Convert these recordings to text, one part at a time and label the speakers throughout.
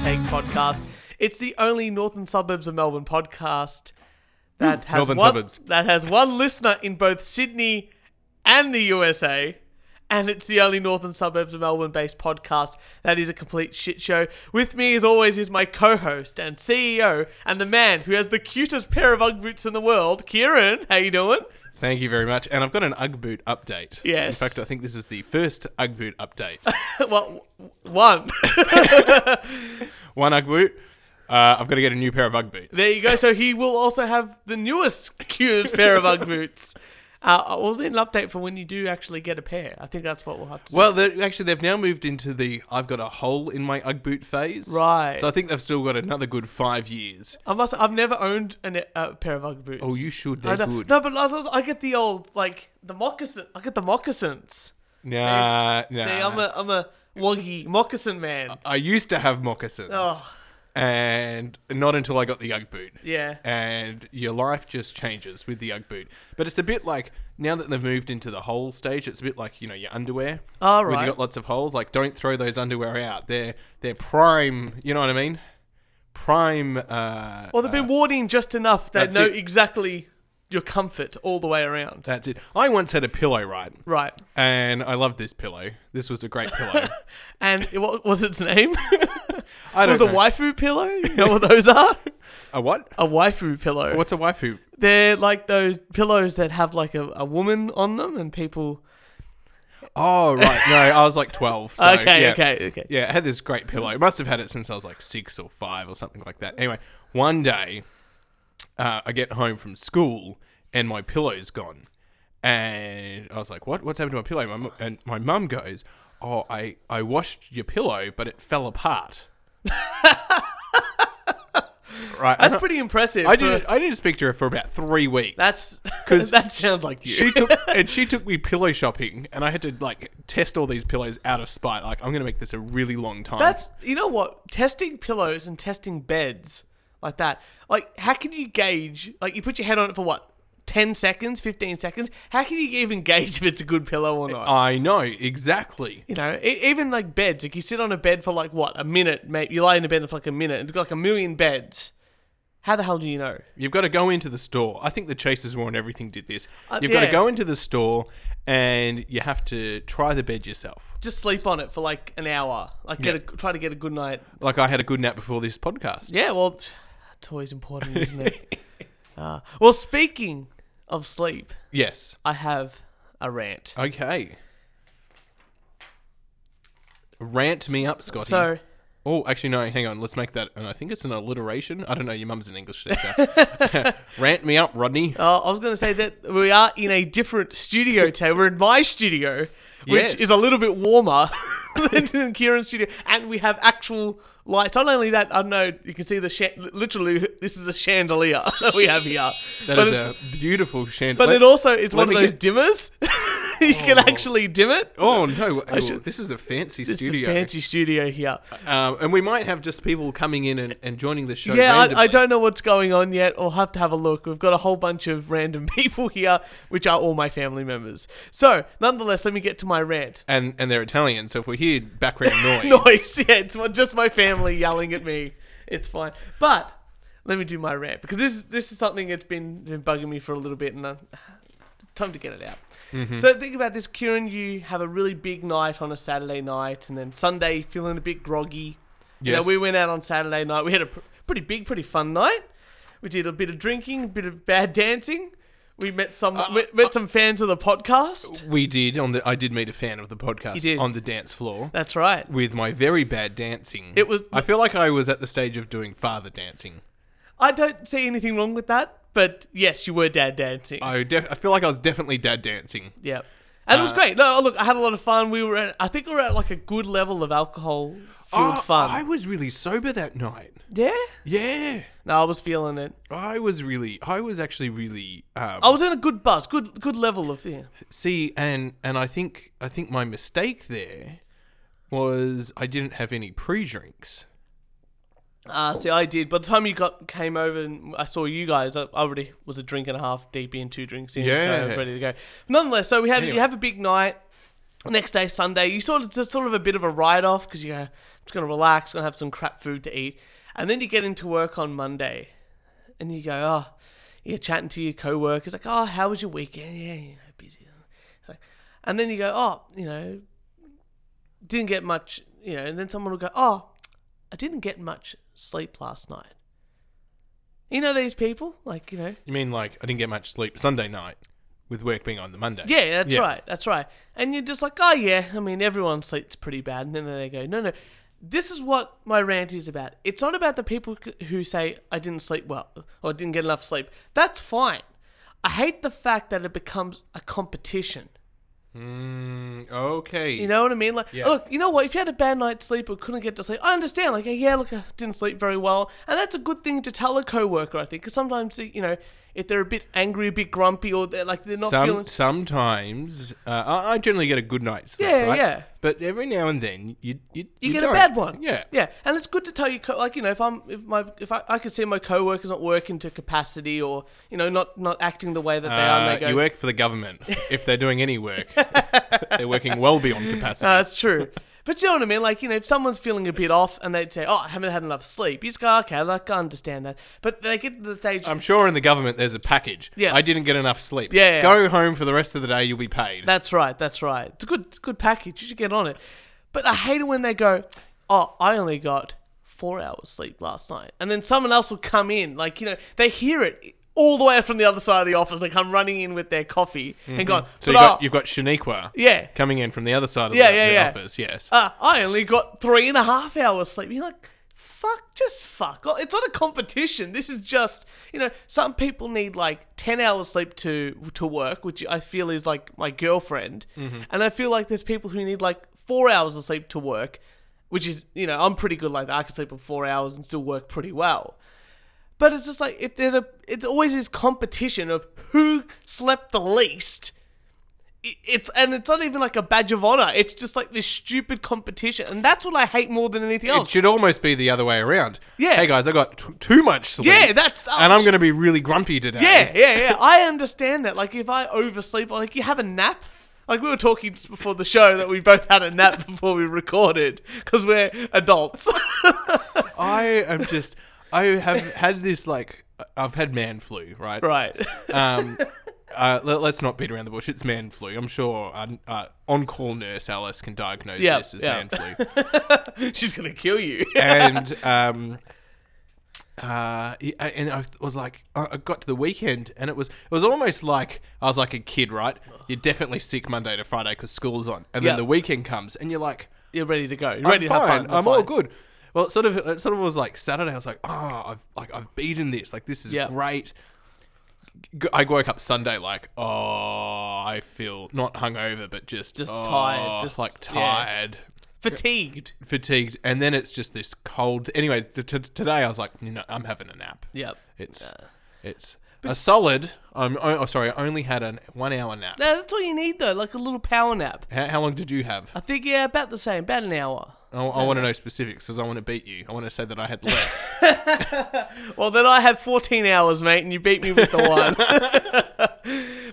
Speaker 1: podcast. It's the only northern suburbs of Melbourne podcast that has
Speaker 2: Northern
Speaker 1: one,
Speaker 2: suburbs.
Speaker 1: that has one listener in both Sydney and the USA. And it's the only northern suburbs of Melbourne based podcast that is a complete shit show. With me, as always, is my co host and CEO and the man who has the cutest pair of Ugg boots in the world, Kieran. How you doing?
Speaker 2: Thank you very much. And I've got an Ugg boot update.
Speaker 1: Yes.
Speaker 2: In fact, I think this is the first Ugg boot update.
Speaker 1: well, w- one.
Speaker 2: One Ugg boot. Uh, I've got to get a new pair of Ugg boots.
Speaker 1: There you go. So he will also have the newest, cutest pair of Ugg boots. Uh, we'll then update for when you do actually get a pair. I think that's what we'll have to do.
Speaker 2: well, they're- actually, they've now moved into the I've got a hole in my Ugg boot phase.
Speaker 1: Right.
Speaker 2: So I think they've still got another good five years.
Speaker 1: I must. I've never owned an- a pair of Ugg boots.
Speaker 2: Oh, you should.
Speaker 1: I
Speaker 2: They're
Speaker 1: know-
Speaker 2: good.
Speaker 1: No, but I, thought- I get the old like the moccasin. I get the moccasins.
Speaker 2: Nah, nah.
Speaker 1: See, I'm a I'm a woggy moccasin man.
Speaker 2: I used to have moccasins.
Speaker 1: Oh.
Speaker 2: And not until I got the Ugg boot.
Speaker 1: Yeah.
Speaker 2: And your life just changes with the Ugg boot. But it's a bit like now that they've moved into the hole stage, it's a bit like, you know, your underwear.
Speaker 1: All
Speaker 2: When
Speaker 1: Oh, right.
Speaker 2: you got lots of holes, like don't throw those underwear out. They're they're prime, you know what I mean? Prime uh
Speaker 1: Well, they've been worn in just enough. They
Speaker 2: that's
Speaker 1: know
Speaker 2: it.
Speaker 1: exactly your comfort all the way around.
Speaker 2: that's it. I once had a pillow, right?
Speaker 1: right.
Speaker 2: And I loved this pillow. This was a great pillow.
Speaker 1: And it- what was its name?
Speaker 2: I
Speaker 1: it
Speaker 2: don't
Speaker 1: was a
Speaker 2: know.
Speaker 1: waifu pillow. You know what those are?
Speaker 2: a what?
Speaker 1: A waifu pillow.
Speaker 2: What's a waifu?
Speaker 1: They're like those pillows that have like a, a woman on them, and people.
Speaker 2: Oh right, no, I was like twelve. So,
Speaker 1: okay,
Speaker 2: yeah.
Speaker 1: okay, okay.
Speaker 2: Yeah, I had this great pillow. I must have had it since I was like six or five or something like that. Anyway, one day uh, I get home from school and my pillow's gone. And I was like, what? What's happened to my pillow? My mu- and my mum goes, oh, I, I washed your pillow, but it fell apart. right.
Speaker 1: That's
Speaker 2: I,
Speaker 1: pretty impressive.
Speaker 2: I,
Speaker 1: for-
Speaker 2: didn't, I didn't speak to her for about three weeks.
Speaker 1: That's
Speaker 2: 'Cause
Speaker 1: that sounds like you.
Speaker 2: she took and she took me pillow shopping, and I had to like test all these pillows out of spite. Like I'm gonna make this a really long time.
Speaker 1: That's you know what testing pillows and testing beds like that. Like how can you gauge? Like you put your head on it for what ten seconds, fifteen seconds. How can you even gauge if it's a good pillow or not?
Speaker 2: I know exactly.
Speaker 1: you know, e- even like beds. Like you sit on a bed for like what a minute, mate. You lie in a bed for like a minute. It's got like a million beds. How the hell do you know?
Speaker 2: You've got to go into the store. I think the Chasers War and everything did this.
Speaker 1: Uh,
Speaker 2: You've got
Speaker 1: yeah.
Speaker 2: to go into the store and you have to try the bed yourself.
Speaker 1: Just sleep on it for like an hour. Like get
Speaker 2: Yeah.
Speaker 1: a, try to get a good night.
Speaker 2: Like I had a good nap before this podcast.
Speaker 1: Yeah, well, t- it's always important, isn't it? uh, well, speaking of sleep,
Speaker 2: Yes.
Speaker 1: I have a rant.
Speaker 2: Okay. Rant me up, Scotty.
Speaker 1: So,
Speaker 2: oh, actually, no. Hang on. Let's make that. And I think it's an alliteration. I don't know. Your mum's an English teacher. Rant me up, Rodney.
Speaker 1: uh, I was going to say that we are in a different studio today. We're in my studio, which
Speaker 2: Yes.
Speaker 1: is a little bit warmer than Kieran's studio, and we have actual lights. Not only that, I don't know you can see the sha- literally this is a chandelier that we have here.
Speaker 2: That
Speaker 1: but
Speaker 2: is
Speaker 1: it,
Speaker 2: a beautiful chandelier.
Speaker 1: but it also it's
Speaker 2: let
Speaker 1: one of
Speaker 2: me
Speaker 1: those dimmers. you can actually dim it.
Speaker 2: Oh no! Oh,
Speaker 1: should-
Speaker 2: this is a fancy
Speaker 1: This is a
Speaker 2: studio,
Speaker 1: fancy studio here.
Speaker 2: um, and we might have just people coming in and, and joining the show.
Speaker 1: Yeah, I, I
Speaker 2: randomly.
Speaker 1: don't know what's going on yet. I'll have to have a look. We've got a whole bunch of random people here, which are all my family members. So, nonetheless, let me get to my rant.
Speaker 2: and and they're Italian, so if we hear background noise,
Speaker 1: Noise, yeah, it's my- just my family yelling at me. It's fine. But let me do my rant because this is this is something that's been been bugging me for a little bit, and uh, time to get it out. So think about this, Kieran. You have a really big night on a Saturday night, and then Sunday feeling a bit groggy. You know,
Speaker 2: Yes.
Speaker 1: we went out on Saturday night. We had a pr- pretty big, pretty fun night. We did a bit of drinking, a bit of bad dancing. We met some met, met some fans of the podcast.
Speaker 2: we did on the. I did meet a fan of the podcast
Speaker 1: You did.
Speaker 2: on the dance floor
Speaker 1: That's right.
Speaker 2: with my very bad dancing.
Speaker 1: It was-
Speaker 2: I feel like I was at the stage of doing father dancing.
Speaker 1: I don't see anything wrong with that, but yes, you were dad dancing.
Speaker 2: I def- I feel like I was definitely dad dancing.
Speaker 1: yeah. And it
Speaker 2: Uh,
Speaker 1: was great. No, look, I had a lot of fun. We were at, I think we were at like a good level of alcohol fueled
Speaker 2: Oh,
Speaker 1: fun.
Speaker 2: I was really sober that night.
Speaker 1: yeah?
Speaker 2: Yeah,
Speaker 1: No, I was feeling it.
Speaker 2: I was really. I was actually really. Um,
Speaker 1: I was in a good buzz, good good level of yeah.
Speaker 2: See, and and I think I think my mistake there was I didn't have any pre-drinks.
Speaker 1: Uh, see, I did. By the time you got came over and I saw you guys, I I already was a drink and a half deep in, two drinks in, so I was
Speaker 2: Yeah.
Speaker 1: ready to go. Nonetheless, so we had
Speaker 2: Anyway.
Speaker 1: you have a big night. Next day, Sunday, you sort of it's sort of a bit of a write off because you're just gonna relax, gonna have some crap food to eat, And then you get into work on Monday and you go, oh, you're chatting to your coworkers, like, oh, how was your weekend? Yeah, you know, busy. It's like, and then you go, oh, you know, didn't get much, you know, and then someone will go, oh, I didn't get much sleep last night. You know these people, like you know,
Speaker 2: You mean like I didn't get much sleep Sunday night with work being on the Monday?
Speaker 1: yeah, that's
Speaker 2: Yeah.
Speaker 1: right, that's right, and you're just like, oh yeah, I mean everyone sleeps pretty bad, and then they go, no, no, this is what my rant is about. It's not about the people c- who say I didn't sleep well or didn't get enough sleep. That's fine. I hate the fact that it becomes a competition.
Speaker 2: Mm, okay.
Speaker 1: You know what I mean? Like,
Speaker 2: Yeah.
Speaker 1: look, you know what? If you had a bad night's sleep or couldn't get to sleep, I understand. Like, yeah, look, I didn't sleep very well, and that's a good thing to tell a coworker, I think, because sometimes you know if they're a bit angry, a bit grumpy, or they're like they're not
Speaker 2: Some,
Speaker 1: feeling.
Speaker 2: Sometimes uh, I, I generally get a good night's sleep.
Speaker 1: Yeah,
Speaker 2: right?
Speaker 1: yeah.
Speaker 2: But every now and then you you,
Speaker 1: You, get
Speaker 2: don't.
Speaker 1: a bad one.
Speaker 2: Yeah.
Speaker 1: yeah, and it's good to tell you, co- like you know, if I'm if my if I, I could see my coworkers not working to capacity or you know not not acting the way that they are,
Speaker 2: Uh,
Speaker 1: and they go,
Speaker 2: you work for the government. if they're doing any work, they're working well beyond capacity.
Speaker 1: No, that's true. But you know what I mean? Like, you know, if someone's feeling a bit off and they say, oh, I haven't had enough sleep, you just go, okay, like, I understand that. But they get to the stage,
Speaker 2: I'm sure in the government there's a package.
Speaker 1: Yeah.
Speaker 2: I didn't get enough sleep.
Speaker 1: Yeah, yeah.
Speaker 2: Go home for the rest of the day. You'll be paid.
Speaker 1: that's right, that's right. It's a good, it's a good package. You should get on it. But I hate it when they go, oh, I only got four hours sleep last night. And then someone else will come in. Like, you know, they hear it all the way from the other side of the office. They come running in with their coffee and gone,
Speaker 2: Mm-hmm. so
Speaker 1: but
Speaker 2: you got,
Speaker 1: I-
Speaker 2: you've got Shaniqua
Speaker 1: yeah.
Speaker 2: coming in from the other side of
Speaker 1: Yeah,
Speaker 2: the,
Speaker 1: yeah,
Speaker 2: the
Speaker 1: yeah.
Speaker 2: office. Yes.
Speaker 1: uh, I only got three and a half hours sleep. You're like, fuck, just fuck. off. It's not a competition. This is just, you know, some people need like 10 hours sleep to, to work, which I feel is like my girlfriend. And I feel like there's people who need like four hours of sleep to work, which is, you know, I'm pretty good like that. I can sleep for four hours and still work pretty well. But it's just like if there's a, it's always this competition of who slept the least it- it's and it's not even like a badge of honor. It's just like this stupid competition, and that's what I hate more than anything
Speaker 2: It
Speaker 1: else.
Speaker 2: should almost be the other way around.
Speaker 1: Oh. Yeah.
Speaker 2: Hey guys, I got t- too much sleep.
Speaker 1: Yeah, that's- oh,
Speaker 2: and I'm going to be really grumpy today.
Speaker 1: yeah, yeah, yeah. I understand that. Like if I oversleep, or like you have a nap. Like we were talking just before the show that we both had a nap before we recorded because we're adults.
Speaker 2: I am just. I have had this like. I've had man flu, right?
Speaker 1: right.
Speaker 2: Um, uh, let, us not beat around the bush. It's man flu. I'm sure uh, uh, on-call nurse Alice can diagnose
Speaker 1: Yeah,
Speaker 2: this as
Speaker 1: yeah.
Speaker 2: man flu.
Speaker 1: She's gonna kill you.
Speaker 2: and um, uh, yeah, and I was like, I I got to the weekend, and it was it was almost like I was like a kid, right? You're definitely sick Monday to Friday because school's on, and then
Speaker 1: Yeah.
Speaker 2: the weekend comes, and you're like,
Speaker 1: You're ready to go. You're
Speaker 2: I'm
Speaker 1: ready to have fun.
Speaker 2: fine,
Speaker 1: You're
Speaker 2: I'm all
Speaker 1: fine.
Speaker 2: good. Well, it sort of it sort of was like Saturday. I was like, oh, I've like I've beaten this. Like this is
Speaker 1: Yeah.
Speaker 2: great. G- I woke up Sunday like, oh, I feel not hungover, but just
Speaker 1: Just
Speaker 2: oh,
Speaker 1: tired, just-
Speaker 2: like
Speaker 1: yeah.
Speaker 2: tired
Speaker 1: Fatigued.
Speaker 2: fatigued, and then it's just this cold. Anyway, t- t- today I was like, you know, I'm having a nap.
Speaker 1: Yep.
Speaker 2: It's it's a solid. I'm oh, oh, sorry, I only had an one hour nap.
Speaker 1: No, that's all you need though. Like a little power nap.
Speaker 2: How, how long did you have?
Speaker 1: I think yeah, about the same. About an hour.
Speaker 2: I, I want to know specifics because I want to beat you. I want to say that I had less.
Speaker 1: Well, then I had 14 hours, mate, and you beat me with the one.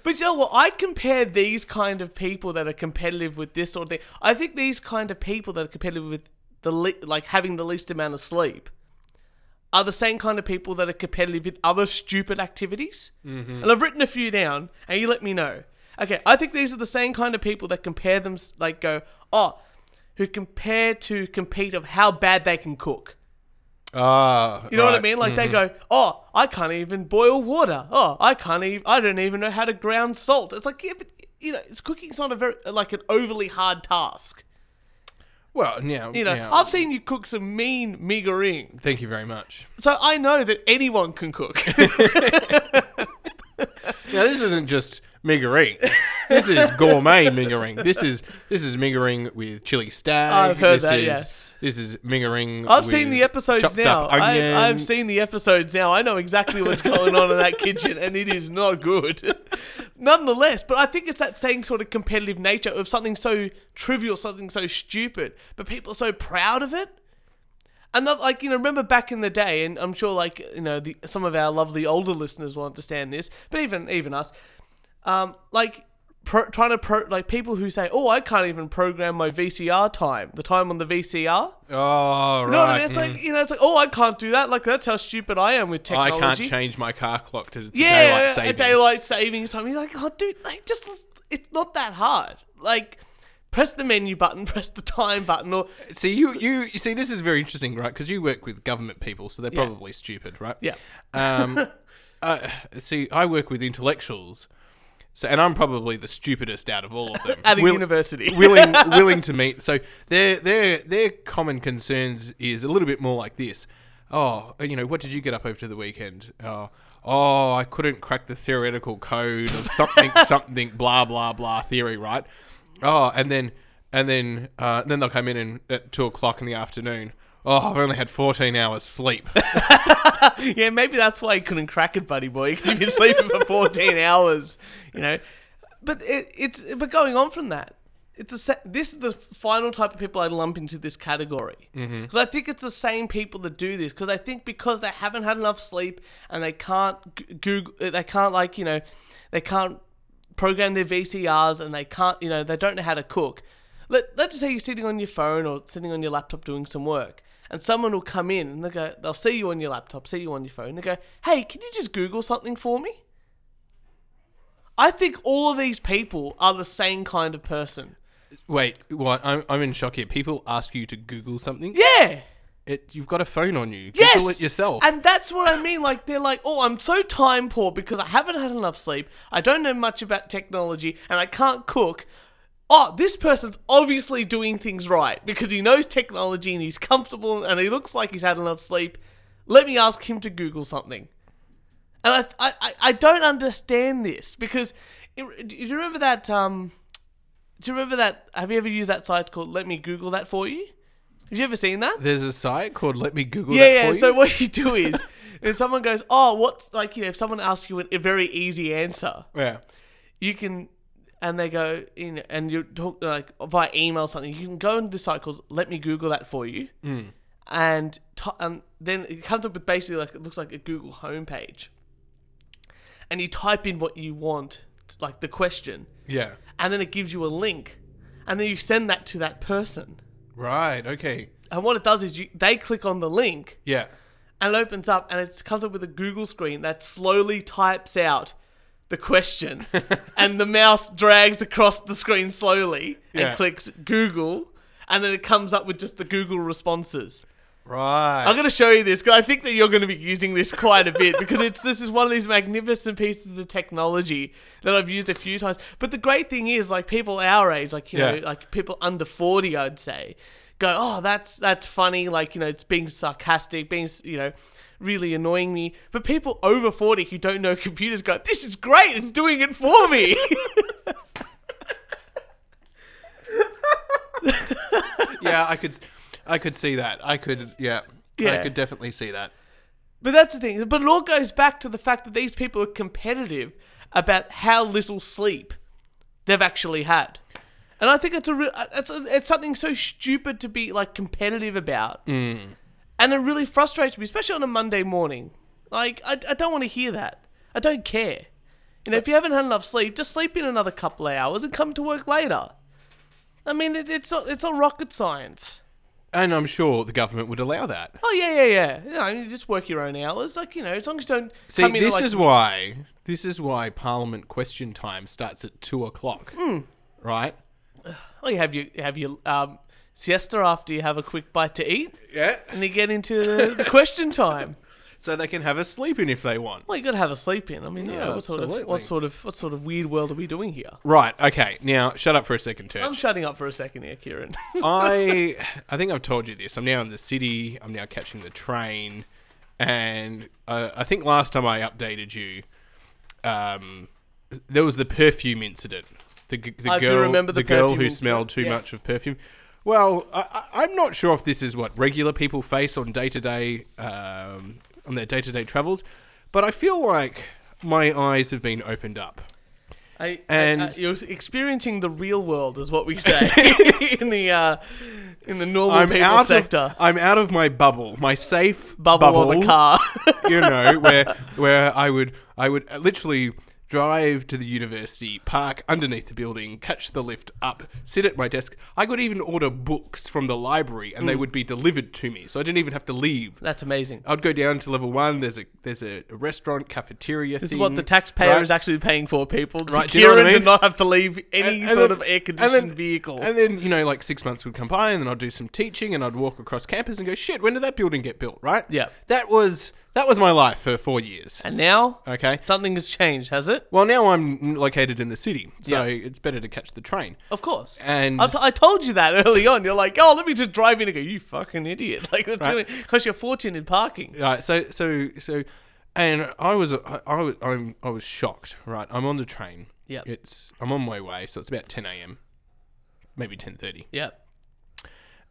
Speaker 1: but you know what? I compare these kind of people that are competitive with this sort of thing. I think these kind of people that are competitive with the le- like having the least amount of sleep are the same kind of people that are competitive in other stupid activities. Mm-hmm. And I've written a few down, and you let me know. Okay, I think these are the same kind of people that compare them, like go, oh, who compare to compete of how bad they can cook.
Speaker 2: Ah,
Speaker 1: You know what I mean? Like they go, "Oh, I can't even boil water. Oh, I can't even. I don't even know how to ground salt." It's like, yeah, but you know, it's cooking's not a very like an overly hard task.
Speaker 2: Well, yeah,
Speaker 1: You know,
Speaker 2: yeah.
Speaker 1: I've seen you cook some mean meagering,
Speaker 2: Thank you very much.
Speaker 1: so I know that anyone can cook.
Speaker 2: Now this isn't just mingering. This is gourmet mingering. This is this is mingering with chili stag.
Speaker 1: I've heard
Speaker 2: this
Speaker 1: that,
Speaker 2: is-
Speaker 1: yes.
Speaker 2: this is mingering.
Speaker 1: I've seen
Speaker 2: with
Speaker 1: the episodes
Speaker 2: chopped
Speaker 1: now.
Speaker 2: up onion.
Speaker 1: I, I've seen the episodes now. I know exactly what's going on in that kitchen, and it is not good. Nonetheless, but I think it's that same sort of competitive nature of something so trivial, something so stupid, but people are so proud of it. And not like you know, remember back in the day, and I'm sure like you know, the, some of our lovely older listeners will understand this, but even even us, um, like. pro- trying to pro like people who say, "Oh, I can't even program my VCR time, the time on the VCR."
Speaker 2: Oh, right.
Speaker 1: You know what I mean? It's like you know, it's like, "Oh, I can't do that." Like that's how stupid I am with
Speaker 2: Oh, I
Speaker 1: technology.
Speaker 2: can't change my car clock to
Speaker 1: yeah,
Speaker 2: daylight savings.
Speaker 1: a daylight savings time. You're like, "Oh, dude, like just it's not that hard." Like. Press the menu button, press the time button, or
Speaker 2: See, you, you, you see, this is very interesting, right? Because you work with government people, so they're probably stupid, right?
Speaker 1: Yeah.
Speaker 2: Um, uh, see, I work with intellectuals, so and I'm probably the stupidest out of all of them
Speaker 1: at a
Speaker 2: Will-
Speaker 1: university.
Speaker 2: willing, willing to meet. So their their their common concerns is a little bit more like this. Oh, you know, what did you get up over to the weekend? Oh, oh, I couldn't crack the theoretical code of something, something, blah blah blah theory, right? Oh, and then and then uh, then they'll come in and at two o'clock in the afternoon. Oh, I've only had fourteen hours sleep.
Speaker 1: Yeah, maybe that's why you couldn't crack it, buddy boy, because you've been sleeping for 14 hours, you know. But it, it's but going on from that, it's the sa- this is the final type of people I lump into this category because I think it's the same people that do this because I think because they haven't had enough sleep and they can't g- Google, they can't like you know, they can't program their VCRs and they can't you know they don't know how to cook. Let, let's just say you're sitting on your phone or sitting on your laptop doing some work and someone will come in and they go, they'll see you on your laptop, see you on your phone. They go, hey, can you just Google something for me? I think all of these people are the same kind of person.
Speaker 2: Wait, what? I'm, I'm in shock here. People ask you to Google something.
Speaker 1: Yeah.
Speaker 2: It, you've got a phone on you. Google
Speaker 1: Yes.
Speaker 2: it yourself.
Speaker 1: And that's what I mean. Like they're like, oh, I'm so time poor because I haven't had enough sleep. I don't know much about technology, and I can't cook. Oh, this person's obviously doing things right because he knows technology and he's comfortable and he looks like he's had enough sleep. Let me ask him to Google something. And I, I, I- I don't understand this because it, do you remember that? Um, do you remember that? Have you ever used that site called Let Me Google That For You? Have you ever seen that?
Speaker 2: There's a site called Let Me Google
Speaker 1: Yeah,
Speaker 2: That
Speaker 1: yeah.
Speaker 2: For You.
Speaker 1: So what you do is, if someone goes, "Oh, what's like," you know, if someone asks you an- a very easy answer,
Speaker 2: yeah.
Speaker 1: you can, and they go in, and you talk like via email or something. You can go into the site called "Let me Google that for you,"
Speaker 2: Mm.
Speaker 1: and t- and then it comes up with basically like it looks like a Google homepage, and you type in what you want, like the question,
Speaker 2: Yeah.
Speaker 1: and then it gives you a link, and then you send that to that person.
Speaker 2: Right. Okay.
Speaker 1: And what it does is you, they click on the link
Speaker 2: Yeah.
Speaker 1: and it opens up and it comes up with a Google screen that slowly types out the question and the mouse drags across the screen slowly and
Speaker 2: Yeah.
Speaker 1: clicks Google and then it comes up with just the Google responses.
Speaker 2: Right.
Speaker 1: I'm going to show you this because I think that you're going to be using this quite a bit because it's this is one of these magnificent pieces of technology that I've used a few times. But the great thing is, like people our age, like you know,
Speaker 2: Yeah.
Speaker 1: like people under forty, I'd say, go, oh, that's that's funny. Like you know, it's being sarcastic, being you know. Really annoying me, but people over forty who don't know computers go, "This is great! It's doing it for me."
Speaker 2: yeah, I could, I could see that. I could. Yeah. I
Speaker 1: Yeah.
Speaker 2: could definitely see that.
Speaker 1: But that's the thing. But it all goes back to the fact that these people are competitive about how little sleep they've actually had. And I think it's a, re- it's, a it's something so stupid to be like competitive about.
Speaker 2: Mm.
Speaker 1: And it really frustrates me, especially on a Monday morning. Like, I, I don't want to hear that. I don't care. You know, if you haven't had enough sleep, just sleep in another couple of hours and come to work later. I mean, it, it's not it's not rocket science.
Speaker 2: And I'm sure the government would allow that.
Speaker 1: Oh yeah, yeah, yeah. You know, you just work your own hours. Like you know, as long as you don't
Speaker 2: See,
Speaker 1: come in at,
Speaker 2: this
Speaker 1: like,
Speaker 2: is why. This is why Parliament question time starts at two o'clock.
Speaker 1: Hmm.
Speaker 2: Right.
Speaker 1: Well, you have your have your um, siesta after you have a quick bite to eat,
Speaker 2: Yeah.
Speaker 1: and you get into the, the question time.
Speaker 2: So they can have a sleep in if they want.
Speaker 1: Well, you got to have a sleep in. I mean, yeah,
Speaker 2: Yeah,
Speaker 1: what sort
Speaker 2: absolutely.
Speaker 1: of what sort of what sort of weird world are we doing here?
Speaker 2: Right. Okay. Now shut up for a second, Turch.
Speaker 1: I'm shutting up for a second here, Kieran.
Speaker 2: I I think I've told you this. I'm now in the city. I'm now catching the train, and uh, I think last time I updated you, um, there was the perfume incident. The, g- the
Speaker 1: I do
Speaker 2: girl,
Speaker 1: remember the
Speaker 2: girl
Speaker 1: perfume
Speaker 2: who
Speaker 1: incident,
Speaker 2: smelled too
Speaker 1: yes.
Speaker 2: much of perfume. Well, I, I- I'm not sure if this is what regular people face on day to day on their day to day travels, but I feel like my eyes have been opened up.
Speaker 1: I- I,
Speaker 2: And-
Speaker 1: I- you're experiencing the real world, is what we say in the uh, in the normal
Speaker 2: I'm
Speaker 1: people
Speaker 2: out
Speaker 1: sector.
Speaker 2: Of, I'm out of my bubble, my safe
Speaker 1: Bubble, or the car.
Speaker 2: you know, where where I would I would literally drive to the university, park underneath the building, catch the lift up, sit at my desk. I could even order books from the library
Speaker 1: Hmm.
Speaker 2: and they would be delivered to me. So I didn't even have to leave.
Speaker 1: That's amazing.
Speaker 2: I'd go down to level one. There's a there's a restaurant, cafeteria.
Speaker 1: This is what the taxpayer
Speaker 2: right?
Speaker 1: is actually paying for, people. To
Speaker 2: Right, do
Speaker 1: Kieran
Speaker 2: you know what I mean?
Speaker 1: to not have to leave any
Speaker 2: And- and
Speaker 1: sort
Speaker 2: then-
Speaker 1: of air
Speaker 2: and
Speaker 1: conditioned
Speaker 2: then-
Speaker 1: vehicle.
Speaker 2: And then, you know, like six months would come by and then I'd do some teaching and I'd walk across campus and go, shit, when did that building get built, right?
Speaker 1: Yeah.
Speaker 2: That was that was my life for four years.
Speaker 1: and now
Speaker 2: Okay.
Speaker 1: something has changed, has it?
Speaker 2: Well, now I'm located in the city, so
Speaker 1: Yeah.
Speaker 2: it's better to catch the train.
Speaker 1: Of course.
Speaker 2: And-
Speaker 1: I, t- I told you that early on. You're like, oh, let me just drive in and go, you fucking idiot. Like, that's
Speaker 2: Right.
Speaker 1: cost you a fortune in parking.
Speaker 2: Right. Uh, So so so, and I was I, I was I'm, I was shocked. Right. I'm on the train.
Speaker 1: Yep.
Speaker 2: It's I'm on my way, so it's about 10 a.m. Maybe 10:30.
Speaker 1: Yeah.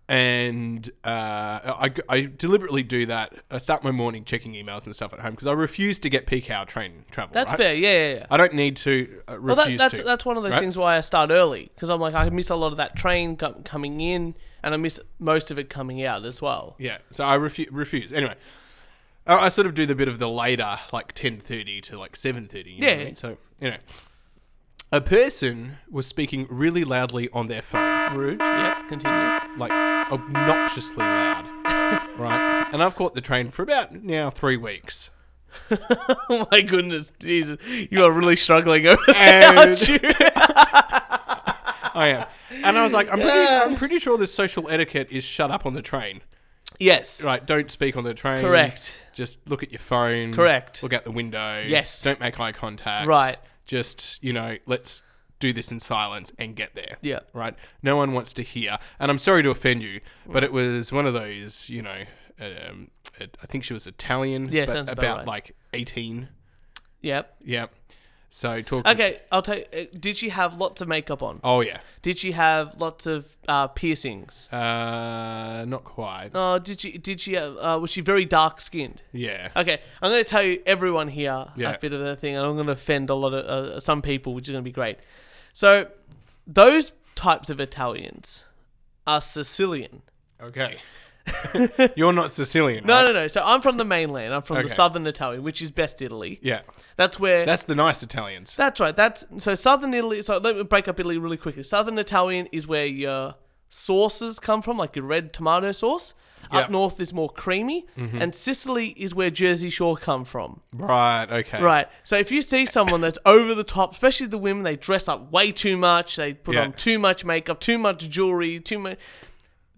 Speaker 2: and uh, I, I deliberately do that. I start my morning checking emails and stuff at home because I refuse to get peak hour train travel.
Speaker 1: That's
Speaker 2: right?
Speaker 1: fair. Yeah, yeah, yeah.
Speaker 2: I don't need to uh, refuse
Speaker 1: Well, that, that's
Speaker 2: to.
Speaker 1: that's one of those
Speaker 2: right?
Speaker 1: things why I start early because I'm like I miss a lot of that train co- coming in, and I miss most of it coming out as well.
Speaker 2: yeah, so I refu- refuse. Anyway, I, I sort of do the bit of the later, like ten thirty to like seven thirty.
Speaker 1: Yeah.
Speaker 2: So anyway, a person was speaking really loudly on their phone,
Speaker 1: Rude. Yep. Continue.
Speaker 2: like obnoxiously loud, right? And I've caught the train for about now three weeks.
Speaker 1: Oh my goodness, Jesus! You are really struggling over there,
Speaker 2: And-
Speaker 1: aren't you?
Speaker 2: I am. And I was like, I'm pretty, I'm pretty sure this social etiquette is shut up on the train.
Speaker 1: yes.
Speaker 2: Right, don't speak on the train.
Speaker 1: Correct.
Speaker 2: Just look at your phone.
Speaker 1: Correct.
Speaker 2: Look out the window.
Speaker 1: Yes.
Speaker 2: Don't make eye contact.
Speaker 1: Right.
Speaker 2: Just, you know, let's do this in silence and get there.
Speaker 1: Yeah.
Speaker 2: Right? No one wants to hear. And I'm sorry to offend you, but it was one of those, you know, um, it- I think she was Italian.
Speaker 1: Yeah,
Speaker 2: but
Speaker 1: sounds about
Speaker 2: about
Speaker 1: right.
Speaker 2: like 18.
Speaker 1: Yep.
Speaker 2: Yeah. So talk.
Speaker 1: Okay, I'll tell you. uh, Did she have lots of makeup on?
Speaker 2: Oh, yeah.
Speaker 1: Did she have lots of uh, piercings?
Speaker 2: Uh, not quite.
Speaker 1: Uh, did she? Did she? Have, uh, was she very dark skinned?
Speaker 2: Yeah.
Speaker 1: Okay, I'm going to tell you everyone here
Speaker 2: Yeah.
Speaker 1: a bit of the thing, and I'm going to offend a lot of uh, some people, which is going to be great. So, those types of Italians are Sicilian.
Speaker 2: Okay. You're not Sicilian.
Speaker 1: No,
Speaker 2: right?
Speaker 1: no, no. So I'm from the mainland. I'm from
Speaker 2: Uh, Okay.
Speaker 1: the southern Italian, which is best Italy.
Speaker 2: Yeah.
Speaker 1: That's where.
Speaker 2: That's the nice Italians.
Speaker 1: That's right. That's so Southern Italy. So let me break up Italy really quickly. Southern Italian is where your sauces come from, like your red tomato sauce.
Speaker 2: Yep.
Speaker 1: Up north is more creamy,
Speaker 2: Mm-hmm.
Speaker 1: and Sicily is where Jersey Shore come from.
Speaker 2: Right, okay.
Speaker 1: Right. So if you see someone that's over the top, especially the women, they dress up way too much. They put
Speaker 2: Yeah.
Speaker 1: on too much makeup, too much jewelry, too much.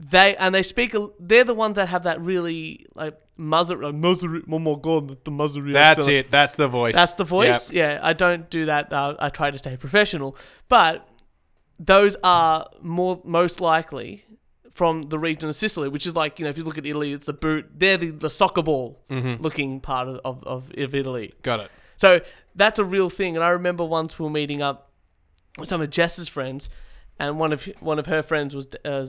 Speaker 1: They and they speak. a- They're the ones that have that really like Mazur. Like, Mazur. Oh my god, the Mazur.
Speaker 2: That's
Speaker 1: accent.
Speaker 2: it. That's the voice.
Speaker 1: That's the voice. Yeah, I don't do that. Uh, I try to stay professional, but those are more most likely from the region of Sicily, which is like you know if you look at Italy, it's the boot. They're the, the soccer ball looking part of, of, of of Italy.
Speaker 2: Got it.
Speaker 1: So that's a real thing. And I remember once we were meeting up with some of Jess's friends, and one of one of her friends was uh,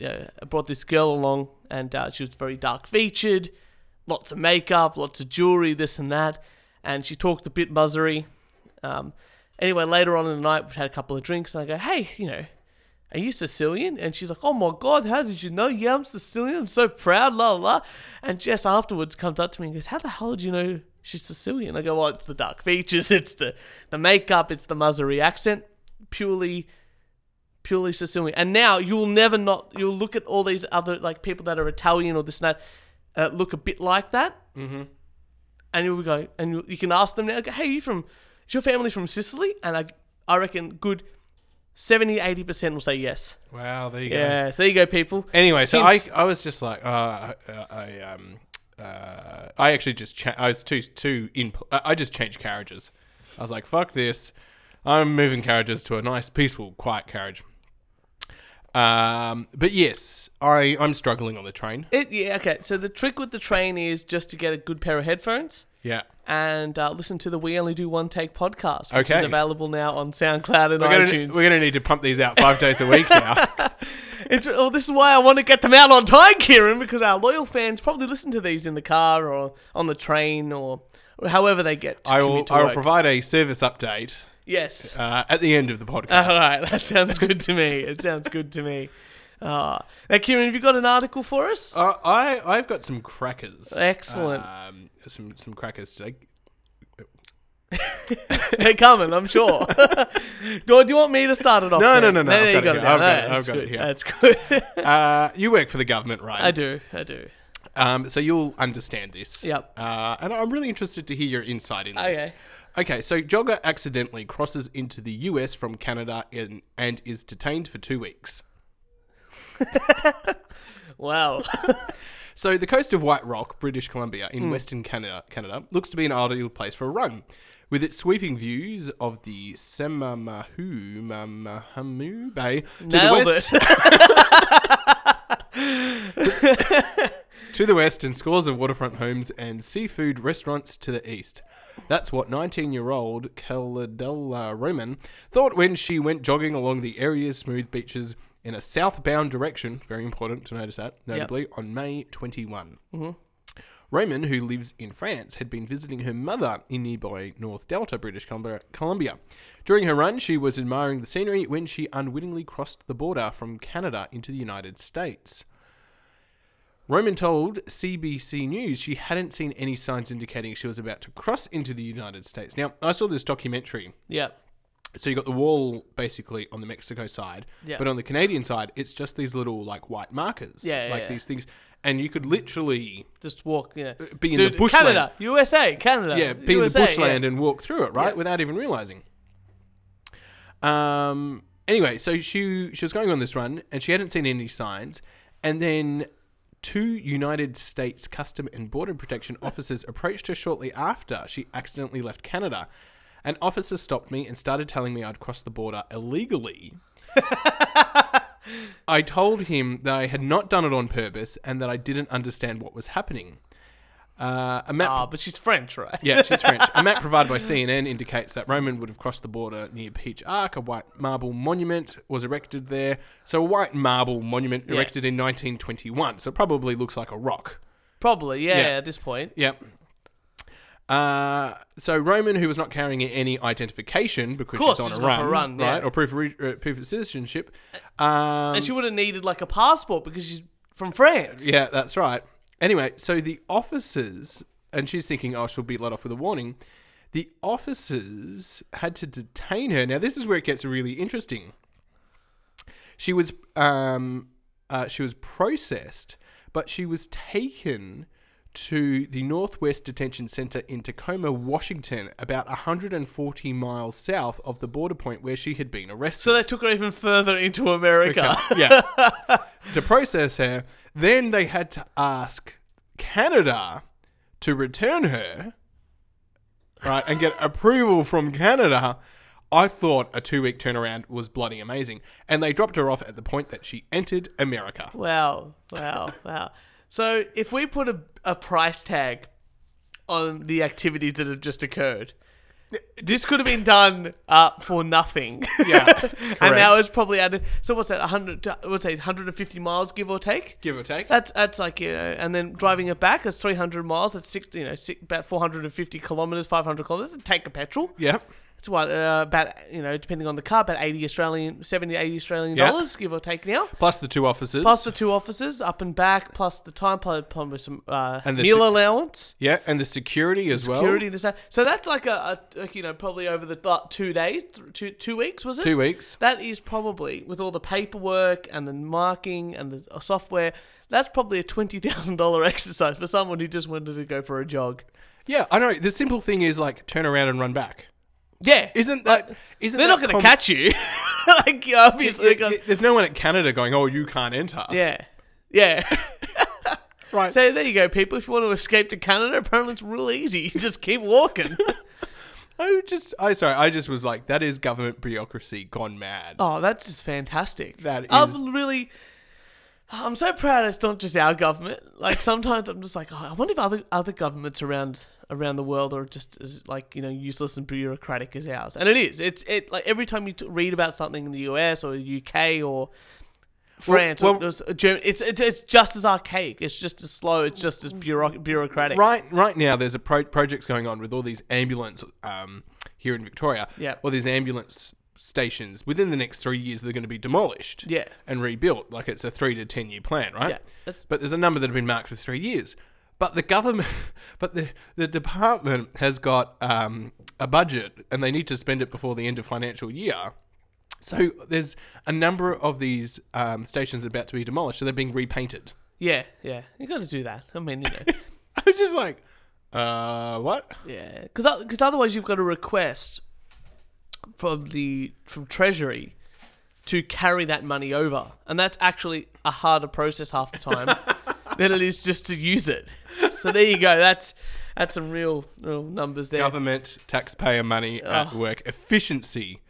Speaker 1: yeah, brought this girl along, and uh, she was very dark featured, lots of makeup, lots of jewelry, this and that, and she talked a bit muzzery. Um, anyway, later on in the night, we had a couple of drinks, and I go, hey, you know. Are you Sicilian? And she's like, Oh my God, how did you know? Yeah, I'm Sicilian. I'm so proud, la la. la." And Jess afterwards comes up to me and goes, How the hell do you know she's Sicilian? I go, Well, it's the dark features, it's the, the makeup, it's the Mazzari accent. Purely, purely Sicilian. And now you'll never not, you'll look at all these other, like people that are Italian or this and that, uh, look a bit like that. Mm-hmm. And you'll go, and you, you can ask them now, go, Hey, you from, is your family from Sicily? And I, I reckon good 70, 80% will say yes.
Speaker 2: Wow, there you go.
Speaker 1: Yes, there you go, people.
Speaker 2: Anyway, so I,
Speaker 1: Hints.
Speaker 2: I was just like, uh, I, I, um, uh, I actually just, cha- I was too, too, in, I I just changed carriages. I was like, fuck this. I'm moving carriages to a nice, peaceful, quiet carriage. Um, but yes, I, I'm struggling on the train.
Speaker 1: It, yeah, okay. So the trick with the train is just to get a good pair of headphones
Speaker 2: Yeah.
Speaker 1: and uh, listen to the We Only Do One Take podcast, which
Speaker 2: Okay.
Speaker 1: is available now on SoundCloud and
Speaker 2: We're
Speaker 1: iTunes.
Speaker 2: gonna, we're gonna need to pump these out five days a week now.
Speaker 1: It's, well, this is why I want to get them out on time, Kieran, because our loyal fans probably listen to these in the car or on the train or or however they get to
Speaker 2: I will,
Speaker 1: commute to
Speaker 2: I will
Speaker 1: work.
Speaker 2: provide a service update
Speaker 1: yes.
Speaker 2: uh, at the end of the podcast.
Speaker 1: All right, that sounds good to me. It sounds good to me. Uh, now, Kieran, have you got an article for us?
Speaker 2: Uh, I I've got some crackers.
Speaker 1: Excellent.
Speaker 2: Um, some some crackers today.
Speaker 1: They're coming, I'm sure. do, do you want me to start it off?
Speaker 2: No,
Speaker 1: then?
Speaker 2: no, no, no, I've
Speaker 1: you
Speaker 2: got it
Speaker 1: down.
Speaker 2: here. I've got it-
Speaker 1: No,
Speaker 2: I've
Speaker 1: it's
Speaker 2: got
Speaker 1: good.
Speaker 2: it here.
Speaker 1: That's good.
Speaker 2: Uh, you work for the government, right?
Speaker 1: I do, I do.
Speaker 2: Um, so you'll understand this.
Speaker 1: Yep.
Speaker 2: Uh, and I'm really interested to hear your insight in this.
Speaker 1: Okay.
Speaker 2: Okay, so Jogger accidentally crosses into the US from Canada and, and is detained for two weeks.
Speaker 1: Wow.
Speaker 2: So the coast of White Rock, British Columbia,
Speaker 1: Hmm.
Speaker 2: in Western Canada, Canada, looks to be an ideal place for a run, with its sweeping views of the Semamahu Mamahamu Bay to
Speaker 1: Nailed
Speaker 2: the west. to the west, and scores of waterfront homes and seafood restaurants to the east. That's what 19-year-old Caladella Roman thought when she went jogging along the area's smooth beaches in a southbound direction. Very important to notice that, notably on May 21. Roman, who lives in France, had been visiting her mother in nearby North Delta, British Columbia- Columbia. During her run, she was admiring the scenery when she unwittingly crossed the border from Canada into the United States. Roman told CBC News she hadn't seen any signs indicating she was about to cross into the United States. Now, I saw this documentary.
Speaker 1: Yep.
Speaker 2: So you got the wall basically on the Mexico side,
Speaker 1: Yeah.
Speaker 2: but on the Canadian side, it's just these little like white markers,
Speaker 1: Yeah, yeah,
Speaker 2: like
Speaker 1: yeah.
Speaker 2: these things, and you could literally
Speaker 1: Just walk, you know.
Speaker 2: Uh, be in
Speaker 1: Dude,
Speaker 2: the bushland.
Speaker 1: Canada, USA, Canada.
Speaker 2: yeah,
Speaker 1: USA,
Speaker 2: be in the bushland
Speaker 1: yeah.
Speaker 2: and walk through it, right,
Speaker 1: Yeah.
Speaker 2: without even realizing. Um. Anyway, so she she was going on this run, and she hadn't seen any signs, and then two United States Custom and Border Protection officers approached her shortly after she accidentally left Canada. An officer stopped me and started telling me I'd crossed the border illegally. I told him that I had not done it on purpose and that I didn't understand what was happening. Uh, a map
Speaker 1: Ah, but she's French, right?
Speaker 2: yeah, she's French. A map provided by CNN indicates that Roman would have crossed the border near Peach Arc. A white marble monument was erected there. So, a white marble monument erected in 1921. So, it probably looks like a rock.
Speaker 1: Probably, yeah,
Speaker 2: Yeah. Um,
Speaker 1: at this point.
Speaker 2: Yep. Uh, so Roman, who was not carrying any identification because
Speaker 1: course,
Speaker 2: she's on
Speaker 1: she's
Speaker 2: a
Speaker 1: not
Speaker 2: run,
Speaker 1: for a run, yeah.
Speaker 2: right, or proof of, re- uh, proof of citizenship, um,
Speaker 1: And she would have needed like a passport because she's from France.
Speaker 2: Yeah, that's right. Anyway, so the officers, and she's thinking, oh, she'll be let off with a warning. The officers had to detain her. Now, this is where it gets really interesting. She was, um, uh, she was processed, but she was taken to the Northwest Detention Center in Tacoma, Washington, about 140 miles south of the border point where she had been arrested.
Speaker 1: So they took her even further into America.
Speaker 2: Yeah. Uh, to process her, then they had to ask Canada to return her, right, and get approval from Canada. I thought a two week turnaround was bloody amazing. And they dropped her off at the point that she entered America.
Speaker 1: Wow, wow, wow. So if we put a, a price tag on the activities that have just occurred, this could have been done uh, for nothing.
Speaker 2: Yeah.
Speaker 1: and now it's probably added. So what's that? 100, what's that, 150 miles, give or take?
Speaker 2: give or take.
Speaker 1: That's that's like you know, and then driving it back is 300 miles. That's six, you know, six, about 450 kilometers, 500 kilometers. It's a tank of petrol.
Speaker 2: Yeah.
Speaker 1: It's what uh, about you know, depending on the car, about 80 Australian, 70, 80 Australian
Speaker 2: Yeah.
Speaker 1: dollars, give or take now.
Speaker 2: Plus the two officers.
Speaker 1: Plus the two officers up and back, plus the time, plus, plus some uh,
Speaker 2: And the
Speaker 1: meal
Speaker 2: se-
Speaker 1: allowance,
Speaker 2: yeah, and the security as
Speaker 1: security,
Speaker 2: well.
Speaker 1: and this that. So that's like a, a like, you know probably over the like, two days, th- two two weeks was it?
Speaker 2: Two weeks.
Speaker 1: That is probably with all the paperwork and the marking and the uh, software. That's probably a twenty thousand dollar exercise for someone who just wanted to go for a jog.
Speaker 2: Yeah, I know. The simple thing is like turn around and run back.
Speaker 1: Yeah,
Speaker 2: Isn't that? Isn't
Speaker 1: they're
Speaker 2: that
Speaker 1: not going to
Speaker 2: com-
Speaker 1: catch you. like yeah, obviously,
Speaker 2: Yeah, yeah, there's no one at Canada going, oh, you can't enter.
Speaker 1: yeah, yeah.
Speaker 2: Right.
Speaker 1: So there you go, people. If you want to escape to Canada, apparently it's real easy. You just keep walking.
Speaker 2: I just, I sorry, I just was like, that is government bureaucracy gone mad.
Speaker 1: Oh, that's just fantastic.
Speaker 2: That is-
Speaker 1: I'm really. I'm so proud it's not just our government. Like sometimes I'm just like, oh, I wonder if other other governments around around the world are just as like you know useless and bureaucratic as ours. And it is. It's it like every time you t- read about something in the US or UK or France
Speaker 2: well-
Speaker 1: or, or Germany, it's, it's it's just as archaic. It's just as slow. It's just as bureauc- bureaucratic.
Speaker 2: Right, right now there's a pro- projects going on with all these ambulance um, here in Victoria.
Speaker 1: Yeah.
Speaker 2: All these ambulance stations within the next three years they're going to be demolished.
Speaker 1: Yeah.
Speaker 2: And rebuilt like it's a three to ten year plan, right?
Speaker 1: Yeah, that's-
Speaker 2: But there's a number that have been marked for three years. But the government, but the the department has got um, a budget and they need to spend it before the end of financial year. So there's a number of these um, stations about to be demolished, so they're being repainted.
Speaker 1: Yeah, yeah. You got to do that. I mean, you know.
Speaker 2: I was just like, uh, what?
Speaker 1: Yeah, because otherwise you've got a request from the from Treasury to carry that money over, and that's actually a harder process half the time than it is just to use it. So there you go. That's that's some real real numbers there.
Speaker 2: Government, taxpayer money
Speaker 1: Ah.
Speaker 2: at work. Efficiency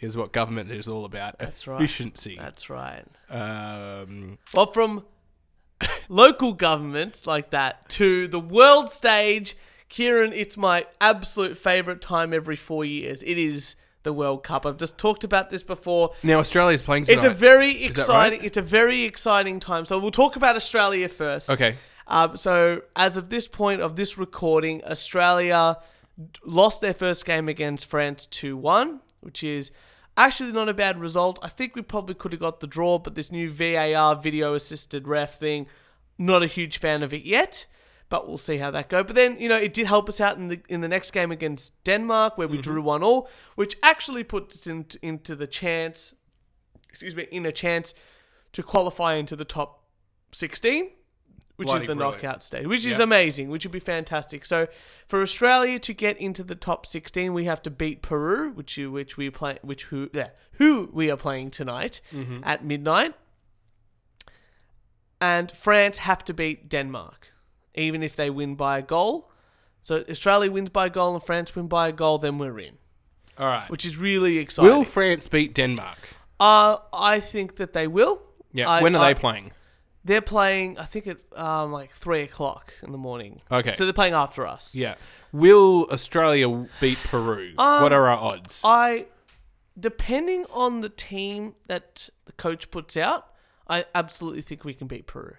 Speaker 2: is what government is all about.
Speaker 1: That's right.
Speaker 2: Efficiency.
Speaker 1: That's right.
Speaker 2: Um,
Speaker 1: Well, from local governments like that to the world stage, Kieran, it's my absolute favourite time every four years. It is the World Cup. I've just talked about this before.
Speaker 2: now Australia's playing tonight.
Speaker 1: It's a very
Speaker 2: that
Speaker 1: exciting.
Speaker 2: right?
Speaker 1: It's a very exciting time. So we'll talk about Australia first.
Speaker 2: okay.
Speaker 1: Um, so as of this point of this recording, Australia d- lost their first game against France two one, which is actually not a bad result. I think we probably could have got the draw, but this new VAR video assisted ref thing, not a huge fan of it yet. But we'll see how that go. But then you know it did help us out in the in the next game against Denmark where
Speaker 2: Mm-hmm.
Speaker 1: we drew one all, which actually puts us in, into the chance, excuse me, in a chance to qualify into the top sixteen which
Speaker 2: Bloody
Speaker 1: is the
Speaker 2: brilliant.
Speaker 1: knockout stage, which is
Speaker 2: Yeah.
Speaker 1: amazing, which would be fantastic. So for Australia to get into the top 16, we have to beat Peru, which you, which we play, which who yeah, who we are playing tonight
Speaker 2: Mm-hmm.
Speaker 1: at midnight, and France have to beat Denmark, even if they win by a goal. So Australia wins by a goal and France win by a goal, then we're in,
Speaker 2: All right.
Speaker 1: which is really exciting.
Speaker 2: Will France beat Denmark?
Speaker 1: uh, I think that they will.
Speaker 2: Yeah.
Speaker 1: I-
Speaker 2: when are
Speaker 1: I-
Speaker 2: they playing?
Speaker 1: They're playing, I think, at um, like three o'clock in the morning.
Speaker 2: Okay.
Speaker 1: So they're playing after us.
Speaker 2: Yeah. Will Australia beat Peru?
Speaker 1: Um,
Speaker 2: what are our odds?
Speaker 1: I, depending on the team that the coach puts out, I absolutely think we can beat Peru.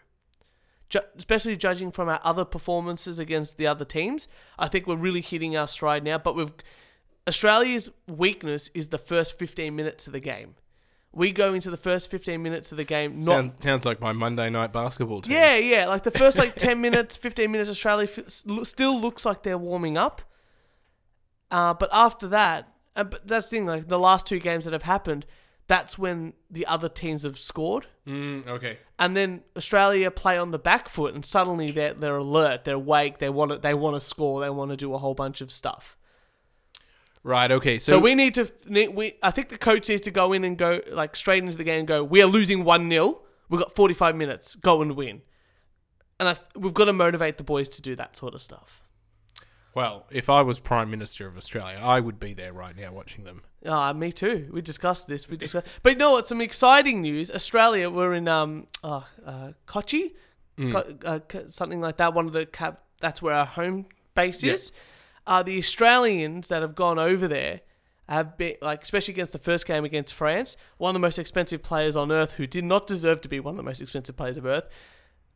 Speaker 1: Ju- especially judging from our other performances against the other teams, I think we're really hitting our stride now. But we've Australia's weakness is the first fifteen minutes of the game. We go into the first fifteen minutes of the game not
Speaker 2: Sound, sounds like my Monday night basketball team.
Speaker 1: Yeah, yeah. Like the first like ten minutes, fifteen minutes, Australia f- s- lo- still looks like they're warming up. Uh, but after that, and but that's the thing. Like the last two games that have happened, that's when the other teams have scored,
Speaker 2: Mm, okay.
Speaker 1: and then Australia play on the back foot, and suddenly they're they're alert, they're awake, they want to they want to score, they want to do a whole bunch of stuff.
Speaker 2: Right. Okay. So,
Speaker 1: So we need to. need- We I think the coach needs to go in and go like straight into the game. and Go. We are losing one 0 We've got forty five minutes. Go and win. And I th- we've got to motivate the boys to do that sort of stuff.
Speaker 2: well, if I was Prime Minister of Australia, I would be there right now watching them.
Speaker 1: Ah, me too. We discussed this. We discussed. But you know what? Some exciting news. Australia. We're in um uh, uh Kochi,
Speaker 2: Mm.
Speaker 1: Co- uh, co- something like that. One of the cap. That's where our home base
Speaker 2: Yeah.
Speaker 1: is. Uh, the Australians that have gone over there have been like, especially against the first game against France. One of the most expensive players on earth, who did not deserve to be one of the most expensive players of earth.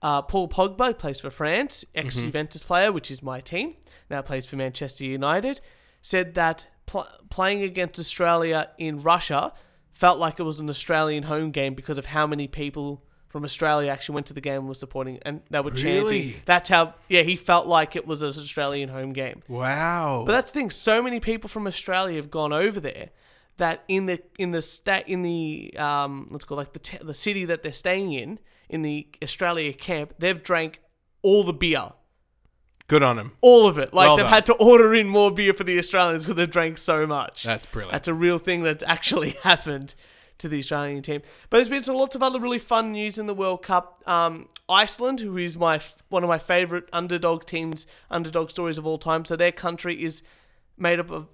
Speaker 1: Uh, Paul Pogba plays for France, ex Juventus player, which is my team, now plays for Manchester United, said that pl- playing against Australia in Russia felt like it was an Australian home game because of how many people from Australia actually went to the game and were supporting and they were chanting.
Speaker 2: Really?
Speaker 1: That's how, yeah, he felt like it was an Australian home game.
Speaker 2: Wow.
Speaker 1: But that's the thing. So many people from Australia have gone over there that in the in the state in the um let's call it like the t- the city that they're staying in in the Australia camp, they've drank all the beer,
Speaker 2: Good on him.
Speaker 1: all of it. Like
Speaker 2: Well
Speaker 1: they've
Speaker 2: done.
Speaker 1: had to order in more beer for the Australians because they've drank so much.
Speaker 2: That's brilliant.
Speaker 1: That's a real thing that's actually happened to the Australian team. But there's been some lots of other really fun news in the World Cup. Um, Iceland, who is my one of my favourite underdog teams, underdog stories of all time. So their country is made up of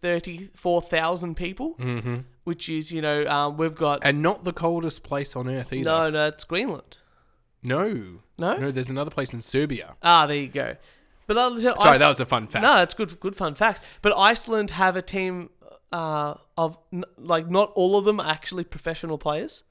Speaker 1: 334,000 people, mm-hmm. which is you know um, we've got
Speaker 2: and not the coldest place on earth either.
Speaker 1: no no it's Greenland.
Speaker 2: No.
Speaker 1: No?
Speaker 2: No, there's another place in Serbia.
Speaker 1: Ah, there you go. But other, so
Speaker 2: Sorry,
Speaker 1: Ice-
Speaker 2: that was a fun fact.
Speaker 1: No, it's good. Good fun fact. But Iceland have a team uh, of n- like not all of them are actually professional players.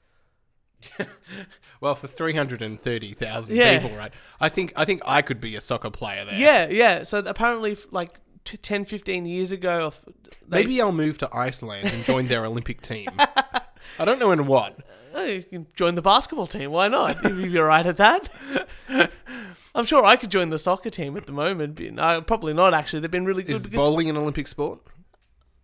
Speaker 2: Well, for 330,000
Speaker 1: Yeah.
Speaker 2: people, right? I think I think I could be a soccer player there.
Speaker 1: Yeah, yeah. So apparently, f- like t- 10, 15 years ago, f- they,
Speaker 2: Maybe I'll move to Iceland and join their Olympic team. I don't know in what.
Speaker 1: oh, you can join the basketball team. Why not? If you're right at that. I'm sure I could join the soccer team at the moment. But no, probably not. Actually, they've been really good.
Speaker 2: Is
Speaker 1: because
Speaker 2: bowling an Olympic sport?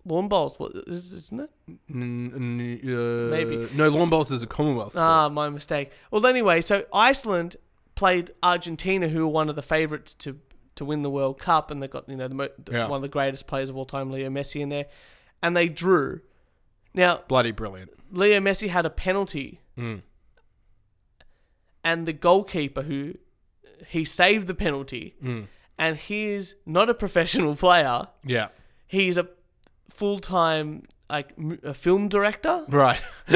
Speaker 1: lawn bowls, what, is, isn't it?
Speaker 2: N- n- uh,
Speaker 1: Maybe.
Speaker 2: No, lawn bowls is a Commonwealth sport.
Speaker 1: Ah, my mistake. Well, anyway, so Iceland played Argentina, who were one of the favourites to to win the World Cup, and they got you know the, mo- the-
Speaker 2: Yeah.
Speaker 1: one of the greatest players of all time, Leo Messi, in there, and they drew. Now,
Speaker 2: Bloody brilliant.
Speaker 1: Leo Messi had a penalty,
Speaker 2: Mm.
Speaker 1: and the goalkeeper who he saved the penalty,
Speaker 2: Mm.
Speaker 1: and he's not a professional player;
Speaker 2: Yeah.
Speaker 1: he's a full time like m- a film director.
Speaker 2: Right.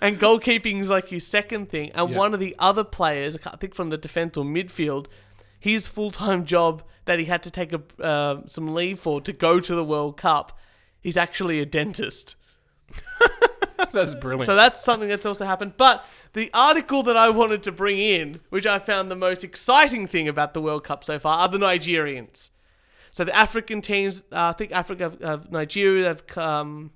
Speaker 1: and goalkeeping is like his second thing. And
Speaker 2: Yeah.
Speaker 1: one of the other players, I can't think from the defense or midfield, his full time job that he had to take a, um some leave for to go to the World Cup, he's actually a dentist.
Speaker 2: That's brilliant.
Speaker 1: So that's something that's also happened. But the article that I wanted to bring in, which I found the most exciting thing about the World Cup so far, are the Nigerians. So the African teams, uh, I think Africa have, have Nigeria, have come.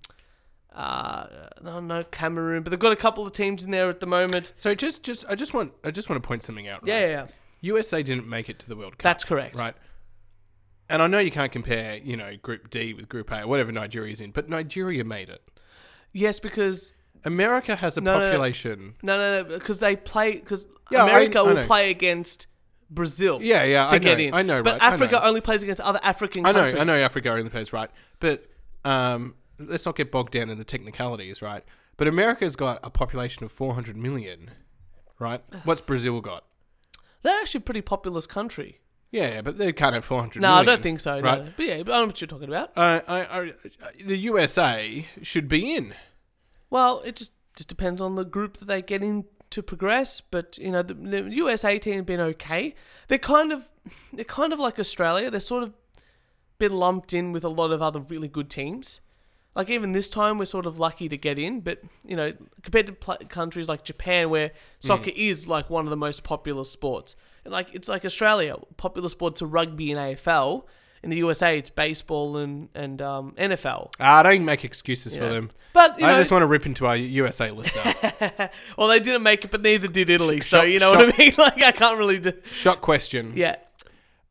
Speaker 1: Uh, no, no, Cameroon, but they've got a couple of teams in there at the moment.
Speaker 2: So just, just, I just want, I just want to point something out. right?
Speaker 1: yeah.
Speaker 2: USA didn't make it to the World Cup.
Speaker 1: That's correct.
Speaker 2: right. And I know you can't compare, you know, Group D with Group A or whatever Nigeria's in, but Nigeria made it.
Speaker 1: Yes, because
Speaker 2: America has a
Speaker 1: No, no, no.
Speaker 2: population.
Speaker 1: no, no, no, because they play because
Speaker 2: Yeah, I-
Speaker 1: America
Speaker 2: I
Speaker 1: will
Speaker 2: know.
Speaker 1: play against Brazil.
Speaker 2: Yeah, yeah,
Speaker 1: to
Speaker 2: I know,
Speaker 1: get in.
Speaker 2: I know,
Speaker 1: but
Speaker 2: right, I
Speaker 1: Africa
Speaker 2: know.
Speaker 1: only plays against other African
Speaker 2: I know,
Speaker 1: countries.
Speaker 2: I know Africa only plays right, but um, let's not get bogged down in the technicalities, right? But America's got a population of 400 million, right? What's Brazil got?
Speaker 1: They're actually a pretty populous country.
Speaker 2: Yeah, yeah, but they can't have 400
Speaker 1: No, I
Speaker 2: million,
Speaker 1: don't think so.
Speaker 2: Right?
Speaker 1: No. But yeah, but I know what you're talking about.
Speaker 2: Uh, I, I, the USA should be in.
Speaker 1: Well, it just just depends on the group that they get in to progress. But you know, the, the USA team have been okay. They're kind of they're kind of like Australia. They're sort of been lumped in with a lot of other really good teams. Like even this time, we're sort of lucky to get in. But you know, compared to pl- countries like Japan, where soccer
Speaker 2: Mm.
Speaker 1: is like one of the most popular sports. Like it's like Australia, popular sports are rugby and AFL. In the USA, it's baseball and and um, NFL.
Speaker 2: Ah, don't make excuses for
Speaker 1: Yeah.
Speaker 2: them.
Speaker 1: But you
Speaker 2: I
Speaker 1: know,
Speaker 2: just want to rip into our USA listener.
Speaker 1: Well, they didn't make it, but neither did Italy.
Speaker 2: Sh-
Speaker 1: So
Speaker 2: sh-
Speaker 1: you know what I mean. Like I can't really. Do-
Speaker 2: Shot question.
Speaker 1: yeah.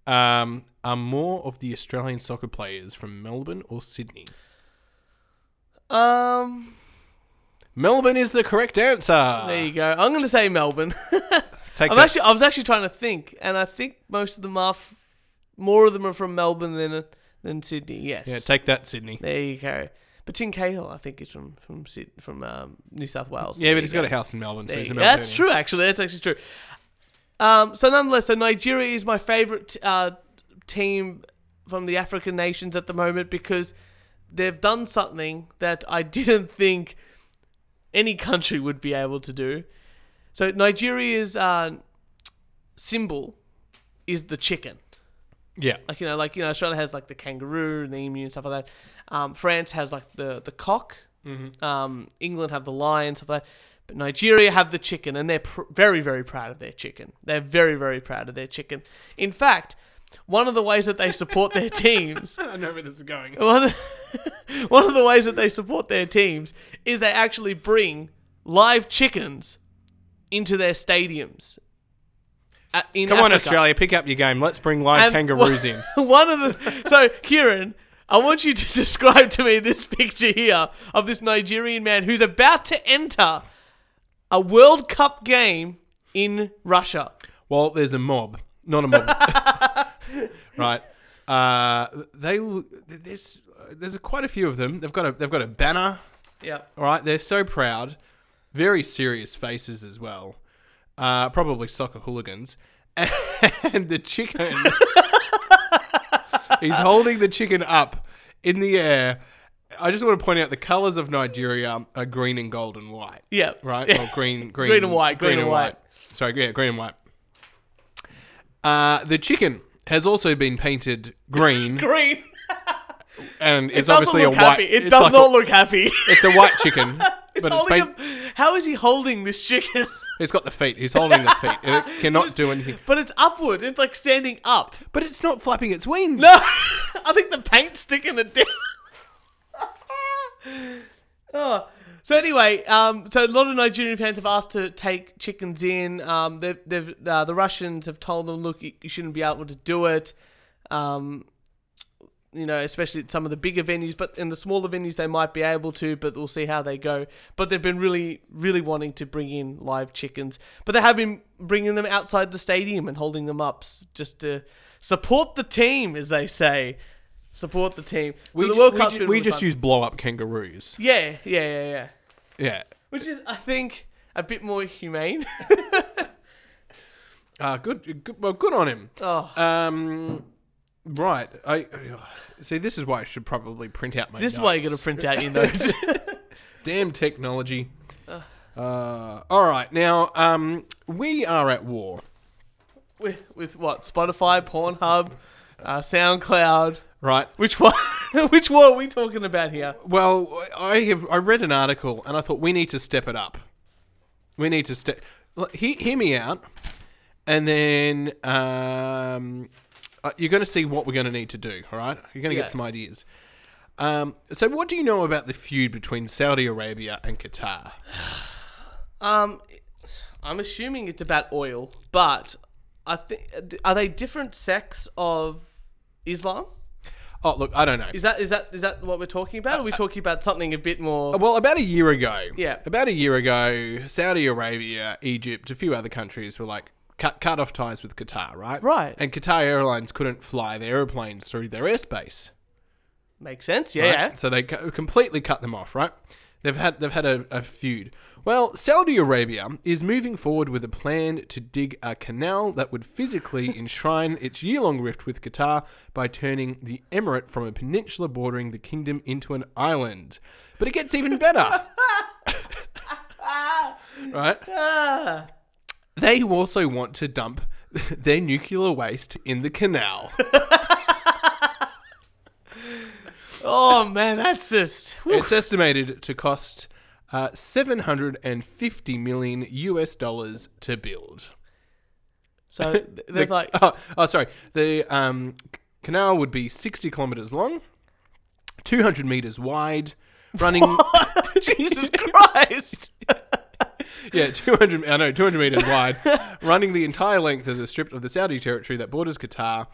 Speaker 2: Um, are more of the Australian soccer players from Melbourne or Sydney?
Speaker 1: Um.
Speaker 2: Melbourne is the correct answer.
Speaker 1: There you go. I'm going to say Melbourne.
Speaker 2: Take
Speaker 1: I'm
Speaker 2: that.
Speaker 1: actually. I was actually trying to think, and I think most of them are. F- more of them are from Melbourne than than Sydney. Yes.
Speaker 2: yeah, take that, Sydney.
Speaker 1: there you go. But Tim Cahill, I think, is from from Syd- from um, New South Wales.
Speaker 2: Yeah,
Speaker 1: There
Speaker 2: but he's
Speaker 1: you
Speaker 2: got a
Speaker 1: go.
Speaker 2: house in Melbourne, so
Speaker 1: There
Speaker 2: he's
Speaker 1: you
Speaker 2: a
Speaker 1: go. That's
Speaker 2: Melbournian.
Speaker 1: true, actually. That's actually true. Um, so nonetheless, so Nigeria is my favorite uh, team from the African nations at the moment because they've done something that I didn't think any country would be able to do. So Nigeria's uh, symbol is the chicken.
Speaker 2: Yeah,
Speaker 1: Like you know, like you know, Australia has like the kangaroo and the emu and stuff like that. Um, France has like the the cock.
Speaker 2: Mm-hmm.
Speaker 1: Um, England have the lion, stuff like that. But Nigeria have the chicken, and they're pr- very very proud of their chicken. They're very very proud of their chicken. In fact, one of the ways that they support their teams,
Speaker 2: I know where this is going.
Speaker 1: one of, one of the ways that they support their teams is they actually bring live chickens into their stadiums. Uh, in
Speaker 2: Come on,
Speaker 1: Africa. Um,
Speaker 2: Australia, pick up your game. Let's bring live
Speaker 1: And
Speaker 2: kangaroos in.
Speaker 1: One of the so Kieran, I want you to describe to me this picture here of this Nigerian man who's about to enter a World Cup game in Russia.
Speaker 2: Well, there's a mob, not a mob, right? Uh, they l- there's uh, there's quite a few of them. They've got a they've got a banner.
Speaker 1: Yeah.
Speaker 2: All right, they're so proud. Very serious faces as well. Uh, probably soccer hooligans. And the chicken. he's holding the chicken up in the air. I just want to point out the colours of Nigeria are green and gold and white.
Speaker 1: Yeah.
Speaker 2: Right?
Speaker 1: Yeah.
Speaker 2: Well, green, green,
Speaker 1: Green and white, green and white.
Speaker 2: Sorry, yeah, green and white. Uh, the chicken has also been painted green,
Speaker 1: Green.
Speaker 2: and it's
Speaker 1: doesn't
Speaker 2: obviously a
Speaker 1: look
Speaker 2: white.
Speaker 1: happy. It
Speaker 2: it's
Speaker 1: does
Speaker 2: like a-
Speaker 1: not look happy.
Speaker 2: it's a white chicken, but it's,
Speaker 1: Holding
Speaker 2: paint,
Speaker 1: a- how is he holding this chicken?
Speaker 2: it's got the feet. He's holding the feet. and It cannot do anything.
Speaker 1: But it's upward. It's like standing up.
Speaker 2: But it's not flapping its wings.
Speaker 1: No, I think the paint's sticking it down. oh, So anyway, um, so a lot of Nigerian fans have asked to take chickens in. Um, they've, they've uh, the Russians have told them, look, you you shouldn't be able to do it. Um, you know, especially at some of the bigger venues, but in the smaller venues they might be able to, but we'll see how they go. But they've been really, really wanting to bring in live chickens, but they have been bringing them outside the stadium and holding them up s- just to support the team, as they say. Support the team. So
Speaker 2: we
Speaker 1: the
Speaker 2: ju-
Speaker 1: World
Speaker 2: we
Speaker 1: Cup's
Speaker 2: ju-
Speaker 1: been
Speaker 2: we
Speaker 1: really
Speaker 2: just
Speaker 1: fun.
Speaker 2: use blow up kangaroos.
Speaker 1: yeah, yeah, yeah, yeah
Speaker 2: Yeah.
Speaker 1: which is I think a bit more humane.
Speaker 2: Uh, good, good. Well, good on him.
Speaker 1: Oh,
Speaker 2: Um, right. I see. This is why I should probably print out my.
Speaker 1: this is why you got
Speaker 2: notes.
Speaker 1: to print out your notes.
Speaker 2: Damn technology. Uh, all right. Now, um, we are at war.
Speaker 1: with, with what Spotify, Pornhub, uh, SoundCloud.
Speaker 2: Right.
Speaker 1: Which one? which one are we talking about here?
Speaker 2: Well, I have. I read an article and I thought we need to step it up. We need to step. He, hear me out, and then um, uh, you're going to see what we're going to need to do. All right. You're going to
Speaker 1: Yeah.
Speaker 2: get some ideas. Um, so, what do you know about the feud between Saudi Arabia and Qatar?
Speaker 1: Um, I'm assuming it's about oil, but I think are they different sects of Islam?
Speaker 2: Oh, look, I don't know.
Speaker 1: Is that is that is that what we're talking about? Or are we talking about something a bit more?
Speaker 2: Uh, Well, about a year ago,
Speaker 1: Yeah.
Speaker 2: about a year ago, Saudi Arabia, Egypt, a few other countries were like cut cut off ties with Qatar, right?
Speaker 1: Right.
Speaker 2: And Qatar Airlines couldn't fly their airplanes through their airspace.
Speaker 1: Makes sense.
Speaker 2: right?
Speaker 1: Yeah.
Speaker 2: So they co- completely cut them off, right? They've had they've had a, a feud. Well, Saudi Arabia is moving forward with a plan to dig a canal that would physically enshrine its year-long rift with Qatar by turning the emirate from a peninsula bordering the kingdom into an island. But it gets even better. right?
Speaker 1: Ah,
Speaker 2: They also want to dump their nuclear waste in the canal.
Speaker 1: oh man, that's just. whew.
Speaker 2: It's estimated to cost uh, 750 million US dollars to build.
Speaker 1: So they're
Speaker 2: The-
Speaker 1: like,
Speaker 2: oh, oh, sorry. The um, c- canal would be 60 kilometers long, 200 meters wide, running.
Speaker 1: Jesus Christ.
Speaker 2: yeah, 200. I know, 200 meters wide, running the entire length of the strip of the Saudi territory that borders Qatar.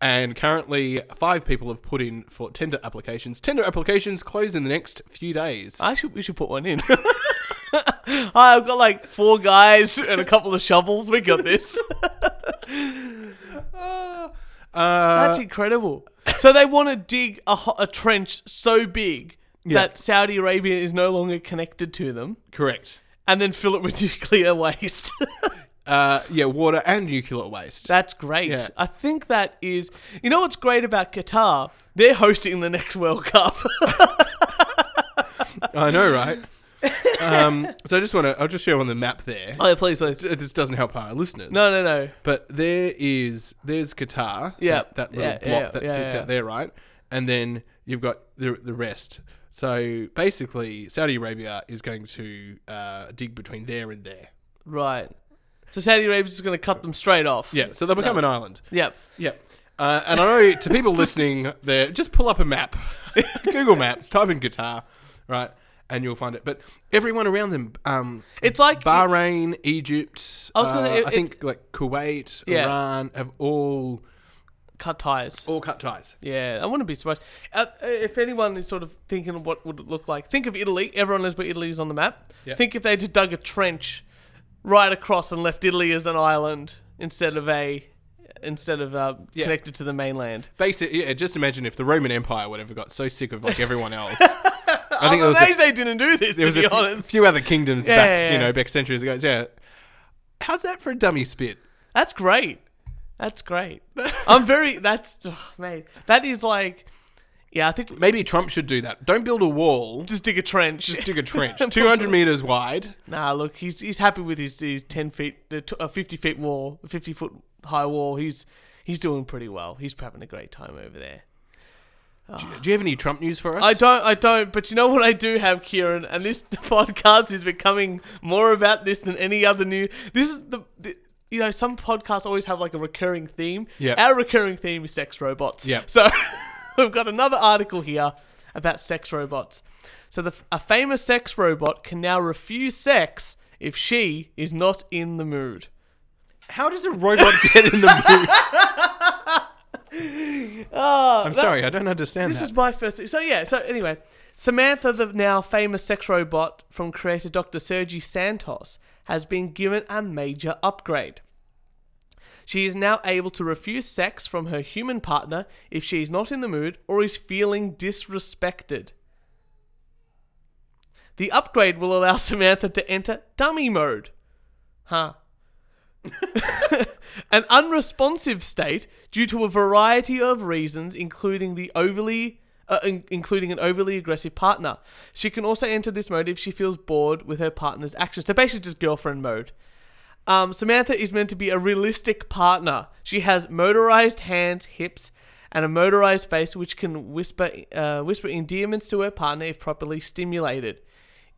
Speaker 2: And currently, five people have put in for tender applications. Tender applications close in the next few days.
Speaker 1: I should we should put one in. Hi, I've got like four guys and a couple of shovels. We got this.
Speaker 2: Uh,
Speaker 1: That's incredible. So they want to dig a, ho- a trench so big that Saudi Arabia is no longer connected to them,
Speaker 2: correct.
Speaker 1: and then fill it with nuclear waste.
Speaker 2: Uh, yeah, water and nuclear waste.
Speaker 1: That's great.
Speaker 2: Yeah.
Speaker 1: I think that is. You know what's great about Qatar? They're hosting the next World Cup.
Speaker 2: I know, right? um, so I just want to, I'll just show on the map there.
Speaker 1: oh, yeah, please, please.
Speaker 2: This doesn't help our listeners.
Speaker 1: No, no, no.
Speaker 2: But there is, there's Qatar.
Speaker 1: Yeah.
Speaker 2: That, that little
Speaker 1: Yeah, yeah,
Speaker 2: block that
Speaker 1: yeah,
Speaker 2: sits
Speaker 1: yeah.
Speaker 2: out there, right? And then you've got the, the rest. So basically, Saudi Arabia is going to uh, dig between there and there.
Speaker 1: Right. So Saudi Arabia's going to cut them straight off.
Speaker 2: Yeah. So they'll become an island.
Speaker 1: Yep.
Speaker 2: Yeah. Uh, and I know to people listening there, just pull up a map, Google Maps, type in Qatar, right? And you'll find it. But everyone around them, um,
Speaker 1: It's like
Speaker 2: Bahrain, Egypt, I,
Speaker 1: was gonna- it-
Speaker 2: I think like Kuwait,
Speaker 1: Yeah.
Speaker 2: Iran have all
Speaker 1: cut ties.
Speaker 2: all cut ties.
Speaker 1: Yeah, I wouldn't be surprised. Uh, if anyone is sort of thinking of what would it look like, think of Italy. Everyone knows where Italy is on the map.
Speaker 2: Yeah.
Speaker 1: Think if they just dug a trench right across and left Italy as an island instead of a instead of uh,
Speaker 2: Yeah.
Speaker 1: connected to the mainland.
Speaker 2: Basically, yeah, just imagine if the Roman Empire would ever got so sick of like everyone else. I
Speaker 1: I'm
Speaker 2: there was a-
Speaker 1: amazed they didn't do this.
Speaker 2: there
Speaker 1: To
Speaker 2: was
Speaker 1: be
Speaker 2: a few-
Speaker 1: honest,
Speaker 2: few other kingdoms
Speaker 1: Yeah,
Speaker 2: back,
Speaker 1: yeah, yeah.
Speaker 2: you know, back centuries ago. Yeah. How's that for a dummy spit?
Speaker 1: that's great. That's great. I'm very. That's oh, mate. That is like. Yeah, I think
Speaker 2: Maybe Trump should do that. Don't build a wall.
Speaker 1: just dig a trench.
Speaker 2: Just dig a trench, 200 meters wide.
Speaker 1: Nah, look, he's he's happy with his, his ten feet, the t- uh, fifty feet wall, fifty foot high wall. He's he's doing pretty well. He's having a great time over there.
Speaker 2: Do you, do you have any Trump news for us?
Speaker 1: I don't, I don't, but you know what I do have, Kieran, and this podcast is becoming more about this than any other new. This is the. the you know, some podcasts always have like a recurring theme.
Speaker 2: Yep.
Speaker 1: Our recurring theme is sex robots.
Speaker 2: Yep.
Speaker 1: So we've got another article here about sex robots. So the, f- a famous sex robot can now refuse sex if she is not in the mood.
Speaker 2: How does a robot get in the mood? I'm sorry, I don't understand
Speaker 1: Ah, This
Speaker 2: that.
Speaker 1: is my first. So yeah. So anyway, Samantha, the now famous sex robot from creator Dr. Sergi Santos, has been given a major upgrade. She is now able to refuse sex from her human partner if she is not in the mood or is feeling disrespected. The upgrade will allow Samantha to enter dummy mode. Huh. An unresponsive state due to a variety of reasons, including the overly, uh, in- including an overly aggressive partner. She can also enter this mode if she feels bored with her partner's actions. So basically, just girlfriend mode. Um, Samantha is meant to be a realistic partner. She has motorized hands, hips, and a motorized face, which can whisper uh, whisper endearments to her partner if properly stimulated.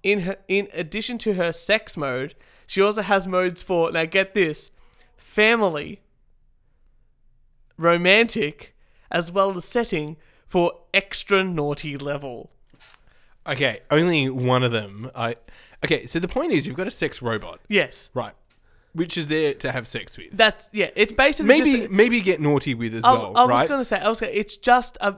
Speaker 1: In her, in addition to her sex mode, she also has modes for now get this, family, romantic, as well as setting for extra naughty level.
Speaker 2: Okay, only one of them. I okay. So the point is, you've got a sex robot,
Speaker 1: Yes,
Speaker 2: right? Which is there to have sex with.
Speaker 1: that's yeah. It's basically
Speaker 2: Maybe
Speaker 1: just a-
Speaker 2: maybe get naughty with as
Speaker 1: I,
Speaker 2: well,
Speaker 1: I was
Speaker 2: right?
Speaker 1: gonna say I was gonna, it's just a,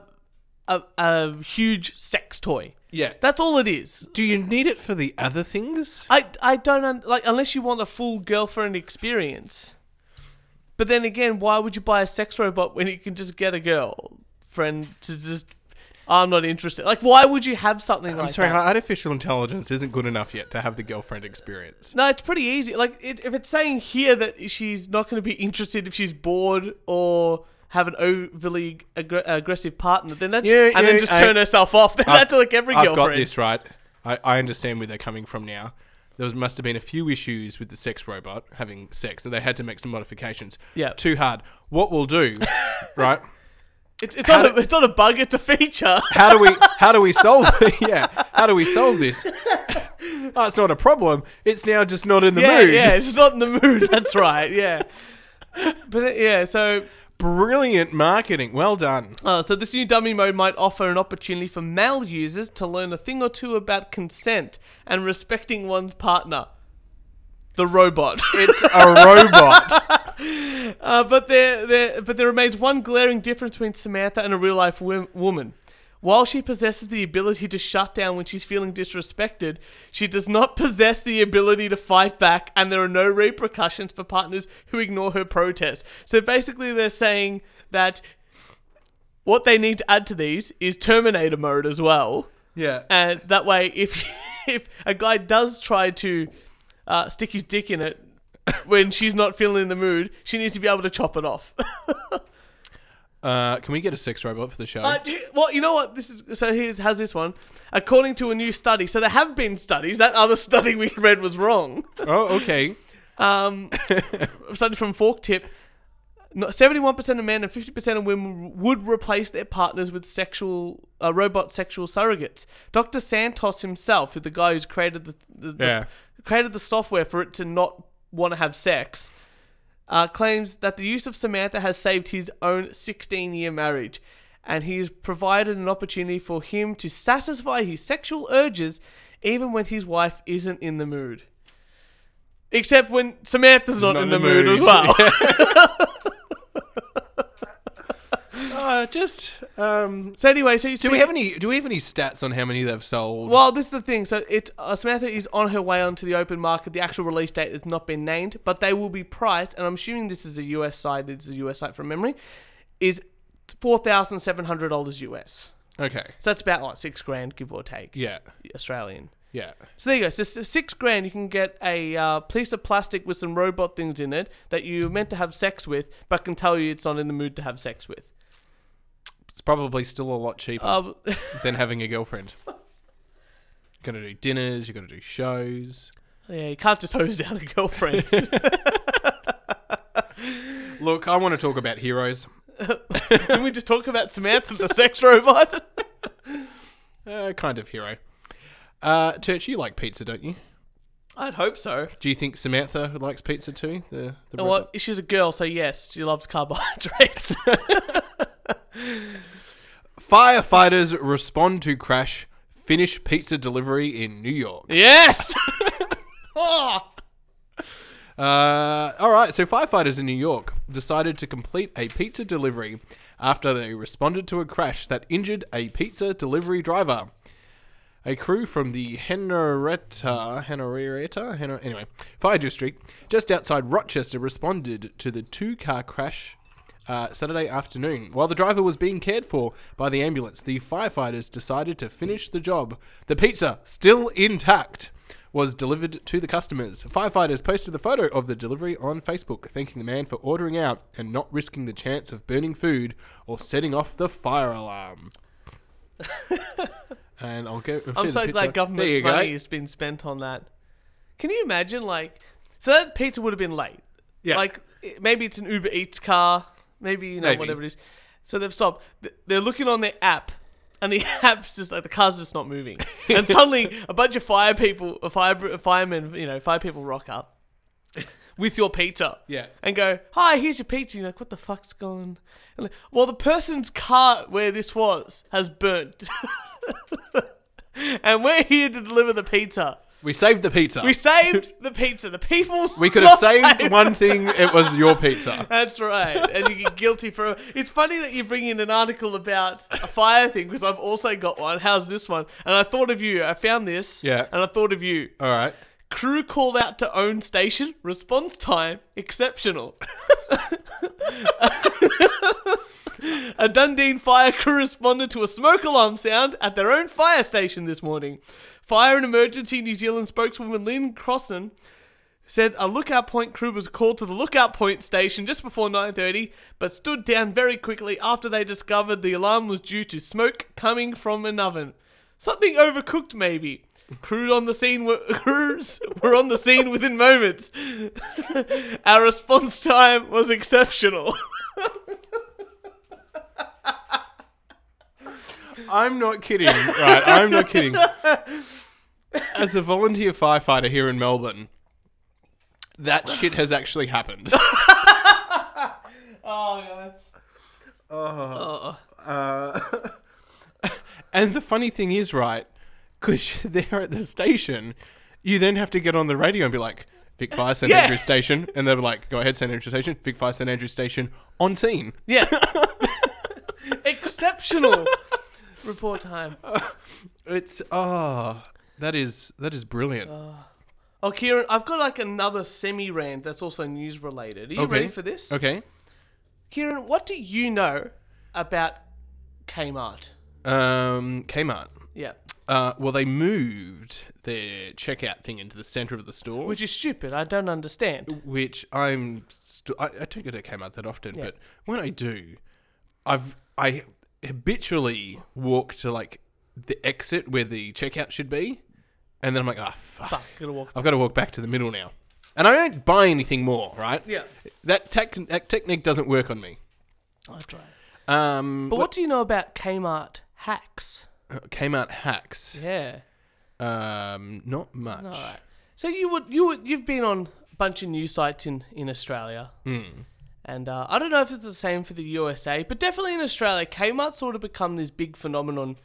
Speaker 1: a a huge sex toy.
Speaker 2: Yeah.
Speaker 1: That's all it is.
Speaker 2: Do you need it for the other things?
Speaker 1: I I don't un- like unless you want a full girlfriend experience. But then again, why would you buy a sex robot when you can just get a girl friend to just? I'm not interested. Like, why would you have something
Speaker 2: I'm
Speaker 1: like
Speaker 2: sorry,
Speaker 1: that?
Speaker 2: artificial intelligence isn't good enough yet to have the girlfriend experience.
Speaker 1: No, it's pretty easy. Like, it, if it's saying here that she's not going to be interested if she's bored or have an overly aggr- aggressive partner, then that's
Speaker 2: Yeah,
Speaker 1: and
Speaker 2: yeah,
Speaker 1: then just
Speaker 2: I-
Speaker 1: turn herself off. that's like every
Speaker 2: I've
Speaker 1: girlfriend.
Speaker 2: got this right. I, I understand where they're coming from now. There was, must have been a few issues with the sex robot having sex, so they had to make some modifications.
Speaker 1: Yeah.
Speaker 2: Too hard. What we'll do, right?
Speaker 1: It's it's not,
Speaker 2: How
Speaker 1: a, it's not a bug. It's a feature.
Speaker 2: How do we how do we solve yeah? How do we solve this? oh, it's not a problem. It's now just not in the
Speaker 1: yeah,
Speaker 2: mood.
Speaker 1: yeah. It's not in the mood. That's right. Yeah. But uh, yeah, so
Speaker 2: Brilliant marketing. Well done.
Speaker 1: uh, so this new dummy mode might offer an opportunity for male users to learn a thing or two about consent and respecting one's partner. The robot.
Speaker 2: It's a robot.
Speaker 1: Uh, but there, there, but there remains one glaring difference between Samantha and a real life wo- woman. While she possesses the ability to shut down when she's feeling disrespected, she does not possess the ability to fight back, and there are no repercussions for partners who ignore her protest. So basically, they're saying that what they need to add to these is Terminator mode as well.
Speaker 2: Yeah.
Speaker 1: And that way, if if a guy does try to uh, stick his dick in it when she's not feeling in the mood, she needs to be able to chop it off.
Speaker 2: Uh, can we get a sex robot for the show?
Speaker 1: Uh, do you- well, you know what? This is so. Here's how's this one. According to a new study, so there have been studies. That other study we read was wrong.
Speaker 2: oh, okay.
Speaker 1: Um, a study from Fork Tip. Seventy-one percent of men and fifty percent of women would replace their partners with sexual uh, robot sexual surrogates. Dr. Santos himself, who's the guy who's created the, the, the-
Speaker 2: Yeah.
Speaker 1: created the software for it to not want to have sex, uh, claims that the use of Samantha has saved his own 16-year marriage, and he has provided an opportunity for him to satisfy his sexual urges, even when his wife isn't in the mood. Except when Samantha's not, in, the, mood, as well.
Speaker 2: Uh, just um,
Speaker 1: So anyway, so you
Speaker 2: do we have any? Do we have any stats on how many they've sold?
Speaker 1: Well, this is the thing. So it uh, Samantha is on her way onto the open market. The actual release date has not been named, but they will be priced, and I'm assuming this is a US site. It's a US site from memory. Is four thousand seven hundred dollars US.
Speaker 2: Okay.
Speaker 1: So that's about like six grand, give or take.
Speaker 2: Yeah.
Speaker 1: Australian.
Speaker 2: Yeah.
Speaker 1: So there you go. So s- six grand, you can get a uh, piece of plastic with some robot things in it that you're meant to have sex with, but can tell you it's not in the mood to have sex with.
Speaker 2: It's probably still a lot cheaper
Speaker 1: Uh,
Speaker 2: than having a girlfriend. Gonna do dinners. You're gonna do shows.
Speaker 1: yeah, you can't just hose down a girlfriend.
Speaker 2: Look, I want to talk about heroes.
Speaker 1: Can we just talk about Samantha, the sex robot?
Speaker 2: Uh, kind of hero. Uh, Turch, you like pizza, don't you?
Speaker 1: I'd hope so.
Speaker 2: Do you think Samantha likes pizza too? The, the
Speaker 1: Well,
Speaker 2: robot?
Speaker 1: she's a girl, so yes, she loves carbohydrates.
Speaker 2: Firefighters respond to crash Finnish pizza delivery in New York.
Speaker 1: Yes. oh,
Speaker 2: Uh, all right, so firefighters in New York decided to complete a pizza delivery after they responded to a crash that injured a pizza delivery driver. A crew from the Henrietta, Henrietta, Henri- anyway, fire district just outside Rochester responded to the two-car crash uh, Saturday afternoon. While the driver was being cared for by the ambulance, the firefighters decided to finish the job. The pizza, still intact, was delivered to the customers. Firefighters posted the photo of the delivery on Facebook, thanking the man for ordering out and not risking the chance of burning food or setting off the fire alarm. and I'll go.
Speaker 1: I'm so glad government's money has been spent on that. Can you imagine, like, so that pizza would have been late.
Speaker 2: Yeah.
Speaker 1: Like, it- maybe it's an Uber Eats car. Maybe you know
Speaker 2: Maybe.
Speaker 1: whatever it is. So they've stopped. Th- They're looking on their app, and the app's just like the car's just not moving. And suddenly, a bunch of fire people, uh, fire br- firemen, you know, fire people rock up with your pizza.
Speaker 2: Yeah.
Speaker 1: And go, hi, here's your pizza. And you're like, what the fuck's going? on? And like, well, the person's car where this was has burnt, and we're here to deliver the pizza.
Speaker 2: We saved the pizza.
Speaker 1: We
Speaker 2: We,
Speaker 1: saved the pizza. The people
Speaker 2: could
Speaker 1: not
Speaker 2: have saved, one thing. It was your pizza.
Speaker 1: that's right. And you get guilty for It's funny that you bring in an article about a fire thing because I've also got one. How's this one? And I thought of you. I found this.
Speaker 2: Yeah.
Speaker 1: And I thought of you.
Speaker 2: All right.
Speaker 1: Crew called out to own station. Response time exceptional. a Dundee fire crew responded to a smoke alarm sound at their own fire station this morning. Fire and Emergency New Zealand spokeswoman Lynn Crossan said a lookout point crew was called to the lookout point station just before 9.30 but stood down very quickly after they discovered the alarm was due to smoke coming from an oven something overcooked maybe crew on the scene were crews were on the scene within moments our response time was exceptional
Speaker 2: I'm not kidding. Right, I'm not kidding. As a volunteer firefighter here in Melbourne, that shit has actually happened.
Speaker 1: oh yeah that's
Speaker 2: And the funny thing is, right, because you're there at the station, you then have to get on the radio and be like, Vic Fire St.
Speaker 1: Yeah.
Speaker 2: Andrews Station. And they'll be like, go ahead, St. Andrews Station, Vic Fire St. Andrews Station, on scene.
Speaker 1: yeah exceptional report time
Speaker 2: It's, ah, that is, that is brilliant.
Speaker 1: oh kieran i've got like another semi rant that's also news related are you
Speaker 2: Okay.
Speaker 1: ready for this
Speaker 2: okay.
Speaker 1: Kieran, what do you know about Kmart?
Speaker 2: Um, Kmart.
Speaker 1: Yeah.
Speaker 2: Uh, well, they moved their checkout thing into the center of the store,
Speaker 1: Which is stupid. I don't understand.
Speaker 2: which I'm st- I, I don't go to Kmart that often,
Speaker 1: Yeah.
Speaker 2: but when I do, I've I habitually walk to like the exit where the checkout should be, and then I'm like, ah, fuck,
Speaker 1: Fuck, gotta walk.
Speaker 2: I've got to walk back to the middle now, and I don't buy anything more, right?
Speaker 1: Yeah.
Speaker 2: that, tech- that technique doesn't work on me.
Speaker 1: I'll try.
Speaker 2: Um,
Speaker 1: But what do you know about Kmart hacks?
Speaker 2: Kmart hacks,
Speaker 1: Yeah.
Speaker 2: um, not much.
Speaker 1: All right. So you would you would you've been on a bunch of news sites in in Australia. And uh, I don't know if it's the same for the USA, but definitely in Australia, Kmart sort of become this big phenomenon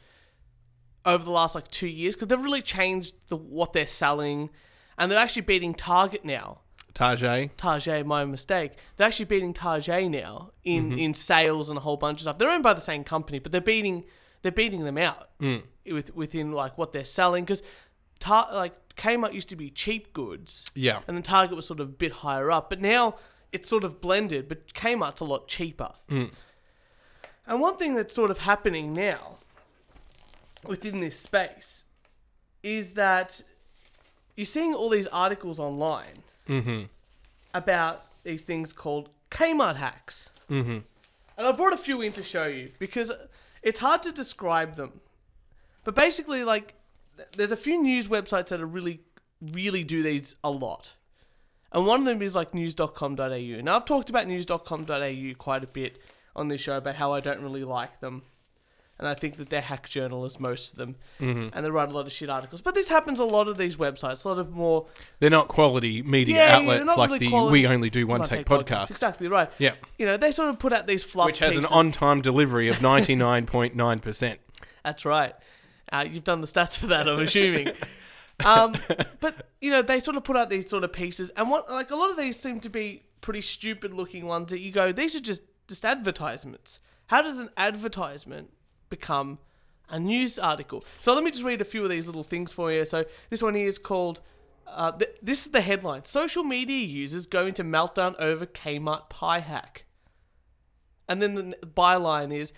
Speaker 1: over the last like two years because they've really changed the what they're selling, and they're actually beating Target now.
Speaker 2: Target.
Speaker 1: Target, my mistake. They're actually beating Target now in, in sales and a whole bunch of stuff. They're owned by the same company, but they're beating they're beating them out with within like what they're selling because tar- like Kmart used to be cheap goods,
Speaker 2: Yeah.
Speaker 1: and then Target was sort of a bit higher up, but now it's sort of blended. But Kmart's a lot cheaper. And one thing that's sort of happening now within this space is that you're seeing all these articles online about these things called Kmart hacks. Mm-hmm. And I brought a few in to show you because it's hard to describe them. But basically, like, th- there's a few news websites that are really, really do these a lot. And one of them is like news.com.au. Now, I've talked about news.com.au quite a bit on this show about how I don't really like them. And I think that they're hack journalists, most of them. And they write a lot of shit articles. But this happens a lot of these websites, a lot of more
Speaker 2: They're not quality media
Speaker 1: Yeah, yeah,
Speaker 2: outlets
Speaker 1: not
Speaker 2: like
Speaker 1: really
Speaker 2: the
Speaker 1: quality-
Speaker 2: We Only Do One Take,
Speaker 1: podcasts.
Speaker 2: podcast,
Speaker 1: Exactly right.
Speaker 2: Yeah.
Speaker 1: You know, they sort of put out these fluff
Speaker 2: which has an
Speaker 1: pieces.
Speaker 2: on time delivery of 99.9%.
Speaker 1: That's right. Uh, you've done the stats for that, I'm assuming. um, but you know, they sort of put out these sort of pieces, and what like a lot of these seem to be pretty stupid looking ones that you go, these are just just advertisements. How does an advertisement become a news article? So let me just read a few of these little things for you. So this one here is called. Uh, th- this is the headline: Social media users go into meltdown over Kmart pie hack. And then the n- byline is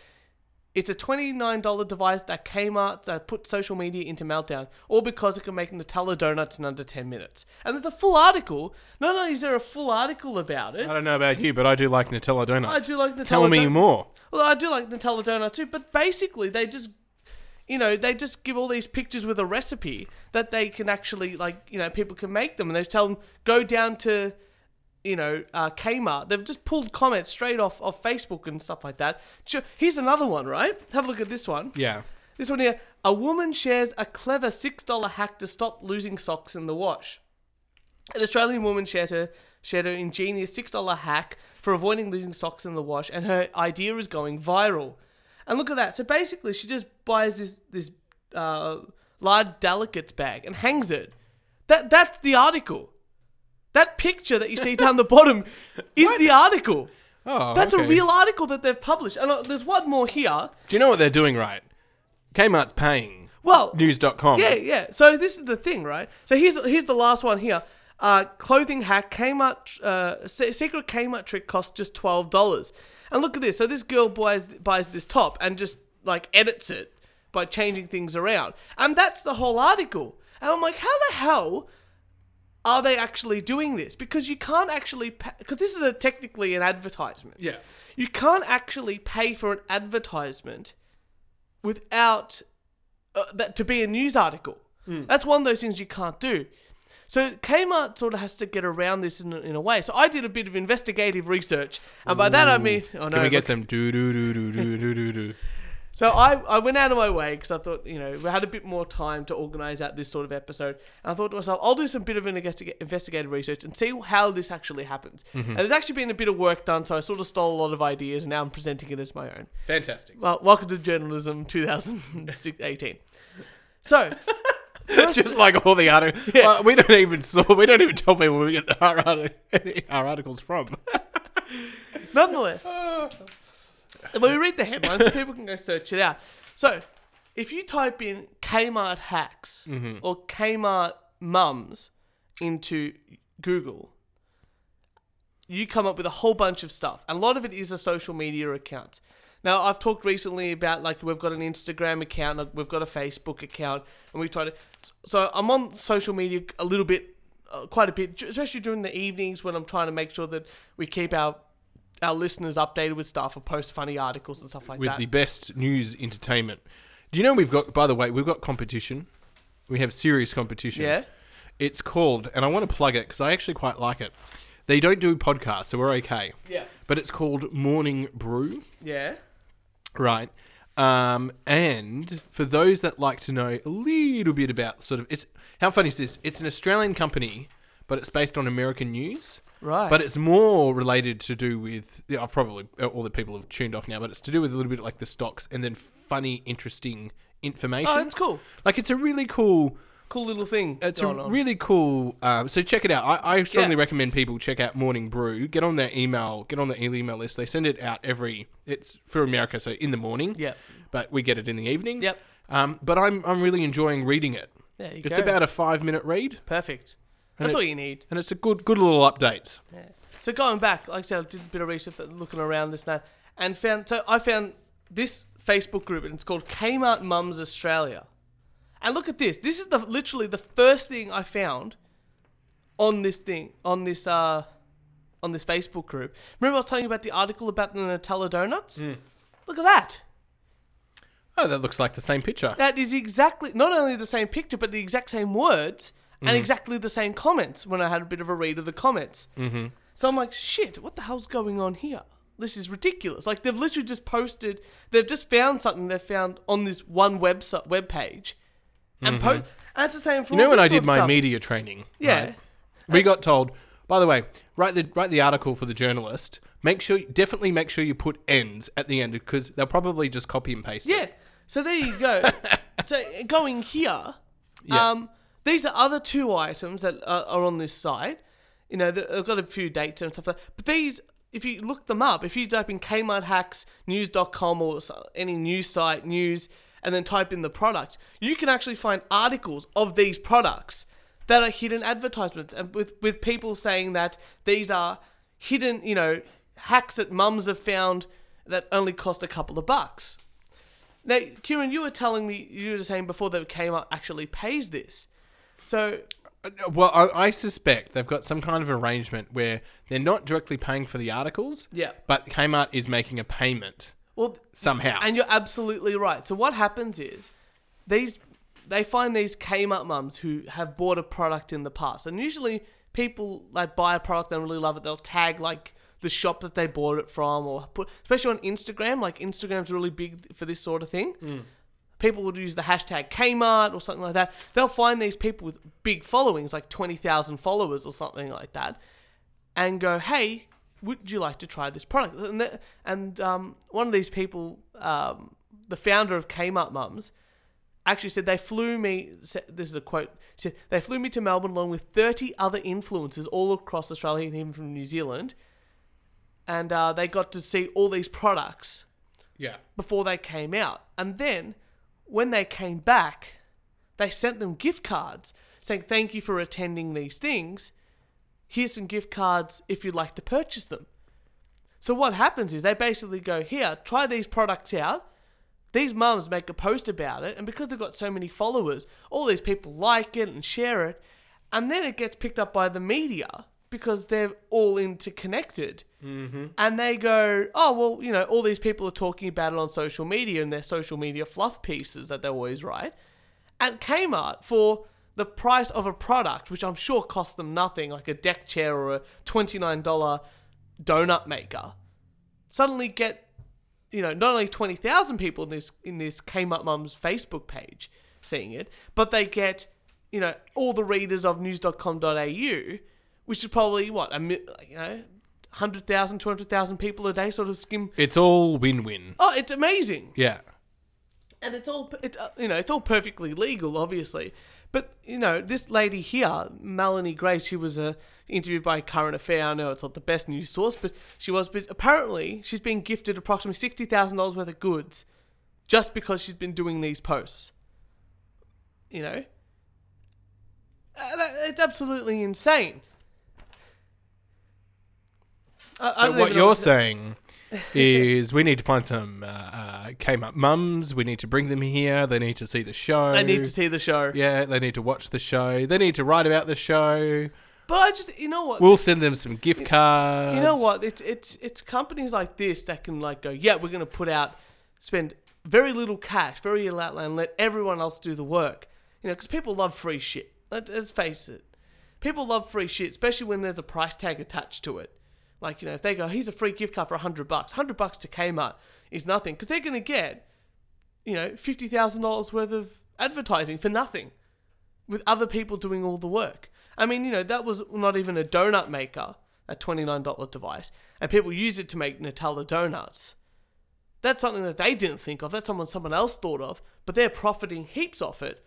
Speaker 1: it's a $29 device that came out that put social media into meltdown, all because it can make Nutella donuts in under 10 minutes. And there's a full article. Not only is there a full article about it,
Speaker 2: I don't know about you, but I do like Nutella
Speaker 1: I
Speaker 2: donuts.
Speaker 1: do like Nutella
Speaker 2: Tell me
Speaker 1: don-
Speaker 2: more.
Speaker 1: Well, I do like Nutella donut too, but basically they just, you know, they just give all these pictures with a recipe that they can actually, like, you know, people can make them. And they tell them, go down to, you know, uh, Kmart. They've just pulled comments straight off of Facebook and stuff like that. Sure, Here's another one, right? Have a look at this one.
Speaker 2: Yeah.
Speaker 1: This one here. A woman shares a clever $6 hack to stop losing socks in the wash. An Australian woman shared her, shared her ingenious $6 hack for avoiding losing socks in the wash, and her idea is going viral. And look at that. So basically, she just buys this, this uh, large delicates bag and hangs it. That, that's the article. That picture that you see down the bottom is the article.
Speaker 2: Oh,
Speaker 1: That's a
Speaker 2: okay.
Speaker 1: real article that they've published. And uh, there's one more here.
Speaker 2: Do you know what they're doing right? Kmart's paying
Speaker 1: Well,
Speaker 2: news.com.
Speaker 1: Yeah, yeah. So this is the thing, right? So here's here's the last one here. Uh, clothing hack Kmart uh, se- secret Kmart trick costs just twelve dollars. And look at this. So this girl buys buys this top and just like edits it by changing things around, and that's the whole article. And I'm like, how the hell are they actually doing this? Because you can't actually because this is a technically an advertisement.
Speaker 2: Yeah.
Speaker 1: You can't actually pay for an advertisement without uh, that to be a news article.
Speaker 2: Hmm.
Speaker 1: That's one of those things you can't do. So Kmart sort of has to get around this in a, in a way. So I did a bit of investigative research, and by that I mean, oh no,
Speaker 2: Can we
Speaker 1: look-
Speaker 2: get some do do do do do do do do?
Speaker 1: so I, I went out of my way because I thought, you know, we had a bit more time to organise out this sort of episode. And I thought to myself, I'll do some bit of an investiga- investigative research and see how this actually happens.
Speaker 2: Mm-hmm.
Speaker 1: And there's actually been a bit of work done, so I sort of stole a lot of ideas and now I'm presenting it as my own.
Speaker 2: Fantastic.
Speaker 1: Well, welcome to journalism 2018. So,
Speaker 2: Just like all the articles, well, we don't even saw, we don't even tell people where we get our, arti- our articles from.
Speaker 1: nonetheless, when we read the headlines, people can go search it out. So, if you type in Kmart hacks
Speaker 2: Mm-hmm.
Speaker 1: or Kmart mums into Google, you come up with a whole bunch of stuff. And a lot of it is a social media account. Now, I've talked recently about like we've got an Instagram account, like, we've got a Facebook account, and we try to. So I'm on social media a little bit, uh, quite a bit, ju- especially during the evenings when I'm trying to make sure that we keep our our listeners updated with stuff or post funny articles and stuff like
Speaker 2: with
Speaker 1: that.
Speaker 2: the best news entertainment. Do you know we've got? By the way, we've got competition. We have serious competition.
Speaker 1: Yeah.
Speaker 2: It's called, and I want to plug it because I actually quite like it. They don't do podcasts, so we're okay.
Speaker 1: Yeah.
Speaker 2: But it's called Morning Brew,
Speaker 1: yeah.
Speaker 2: right? Um, and for those that like to know a little bit about sort of it's how funny is this? It's an Australian company, but it's based on American news.
Speaker 1: Right.
Speaker 2: But it's more related to do with yeah, I've probably uh, all the people have tuned off now, but it's to do with a little bit like the stocks and then funny, interesting information.
Speaker 1: Oh, it's cool.
Speaker 2: Like it's a really cool.
Speaker 1: Cool little thing.
Speaker 2: It's
Speaker 1: going
Speaker 2: a
Speaker 1: on.
Speaker 2: really cool. Um, so check it out. I, I strongly
Speaker 1: Yeah.
Speaker 2: recommend people check out Morning Brew. Get on their email. Get on their email list. They send it out every. It's for America, so in the morning.
Speaker 1: Yep.
Speaker 2: But we get it in the evening.
Speaker 1: Yep.
Speaker 2: Um, but I'm I'm really enjoying reading it.
Speaker 1: There you
Speaker 2: It's
Speaker 1: go.
Speaker 2: about a five minute read,
Speaker 1: Perfect. That's
Speaker 2: it-
Speaker 1: all you need.
Speaker 2: and it's a good good little update.
Speaker 1: So going back, like I said, I did a bit of research, looking around this and that, and found. So I found this Facebook group, and it's called Kmart Mums Australia. And look at this. This is the literally the first thing I found on this thing on this uh on this Facebook group. Remember I was telling you about the article about the Nutella donuts?
Speaker 2: Mm.
Speaker 1: Look at that.
Speaker 2: Oh, that looks like the same picture.
Speaker 1: That is exactly not only the same picture, but the exact same words
Speaker 2: Mm.
Speaker 1: and exactly the same comments. When I had a bit of a read of the comments, mm-hmm. so I'm like, shit, what the hell's going on here? This is ridiculous. Like they've literally just posted, they've just found something they found on this one website web page, and post. And it's the same for
Speaker 2: Mm-hmm. You know
Speaker 1: all
Speaker 2: when
Speaker 1: this
Speaker 2: I
Speaker 1: sort
Speaker 2: did
Speaker 1: of
Speaker 2: my
Speaker 1: stuff.
Speaker 2: media training.
Speaker 1: Yeah.
Speaker 2: right? we got told. By the way, write the write the article for the journalist. Make sure, definitely make sure you put ends at the end because they'll probably just copy and paste. it.
Speaker 1: Yeah. So there you go. so going here,
Speaker 2: Yeah.
Speaker 1: um, these are other two items that are, are on this site. You know, that- I've got a few dates and stuff. Like that. But these, if you look them up, if you type in Kmart hacks news.com or s- any news site news, and then type in the product, you can actually find articles of these products that are hidden advertisements, and with with people saying that these are hidden, you know, hacks that mums have found that only cost a couple of bucks. Now, Kieran, you were telling me you were saying before that Kmart actually pays this. So
Speaker 2: Uh, Well, I, I suspect they've got some kind of arrangement where they're not directly paying for the articles.
Speaker 1: Yeah.
Speaker 2: But Kmart is making a payment
Speaker 1: well
Speaker 2: somehow.
Speaker 1: and you're absolutely right. So what happens is these they find these Kmart mums who have bought a product in the past. And usually people like buy a product they really love it, they'll tag like the shop that they bought it from or put especially on Instagram, like Instagram's really big for this sort of thing. people would use the hashtag Kmart or something like that. They'll find these people with big followings, like 20,000 followers or something like that, and go, hey, would you like to try this product? And, the- and um, one of these people, um, the founder of Kmart Mums, actually said they flew me, sa- this is a quote, said, they flew me to Melbourne along with 30 other influencers all across Australia and even from New Zealand. And uh, they got to see all these products
Speaker 2: yeah.
Speaker 1: before they came out. And then when they came back, they sent them gift cards saying, Thank you for attending these things. Here's some gift cards if you'd like to purchase them. So what happens is they basically go, Here, try these products out. These mums make a post about it, and because they've got so many followers, all these people like it and share it, and then it gets picked up by the media because they're all interconnected and they go, oh well, you know, all these people are talking about it on social media and their social media fluff pieces that they always write. At Kmart for the price of a product, which I'm sure cost them nothing, like a deck chair or a twenty nine dollar donut maker, suddenly get, you know, not only twenty thousand people in this in this Kmart Mum's Facebook page seeing it, but they get, you know, all the readers of news.com.au, which is probably what a mi- like, you know. 100,000, 200,000 people a day sort of skim.
Speaker 2: It's all win win.
Speaker 1: Oh, it's amazing
Speaker 2: Yeah.
Speaker 1: and it's all it's uh, you know it's all perfectly legal, obviously. But you know this lady here, Melanie Grace, she was uh, interviewed by Current Affair. I know it's not the best news source, but she was. But apparently, she's been gifted approximately sixty thousand dollars worth of goods just because she's been doing these posts. You know, Uh, that- it's absolutely insane. I- I
Speaker 2: So
Speaker 1: don't
Speaker 2: what
Speaker 1: even know
Speaker 2: you're saying is we need to find some uh, uh, Kmart mums. We need to bring them here. They need to see the show.
Speaker 1: I need to see the show.
Speaker 2: Yeah, they need to watch the show. They need to write about the show.
Speaker 1: But I just, you know what?
Speaker 2: We'll send them some gift cards.
Speaker 1: You know what? It's it's it's companies like this that can like go, yeah, we're going to put out, spend very little cash, very little outlay, and let everyone else do the work. You know, because people love free shit. Let, let's face it, people love free shit, especially when there's a price tag attached to it. Like you know, if they go, here's a free gift card for hundred bucks. Hundred bucks to Kmart is nothing because they're going to get, you know, fifty thousand dollars worth of advertising for nothing with other people doing all the work. I mean, you know, that was not even a donut maker, a $29 device, and people use it to make Nutella donuts. That's something that they didn't think of. That's someone someone else thought of, but they're profiting heaps off it.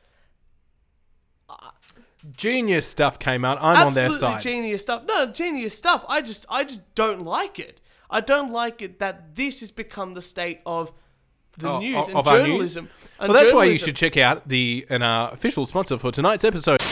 Speaker 2: Genius stuff came out. I'm on their
Speaker 1: Absolutely
Speaker 2: side.
Speaker 1: genius stuff. No, genius stuff. I just, I just don't like it. I don't like it that this has become the state of the
Speaker 2: Oh,
Speaker 1: news
Speaker 2: of-
Speaker 1: and
Speaker 2: of our news?
Speaker 1: journalism. and
Speaker 2: well, that's why you
Speaker 1: journalism.
Speaker 2: should check out the and our official sponsor for tonight's episode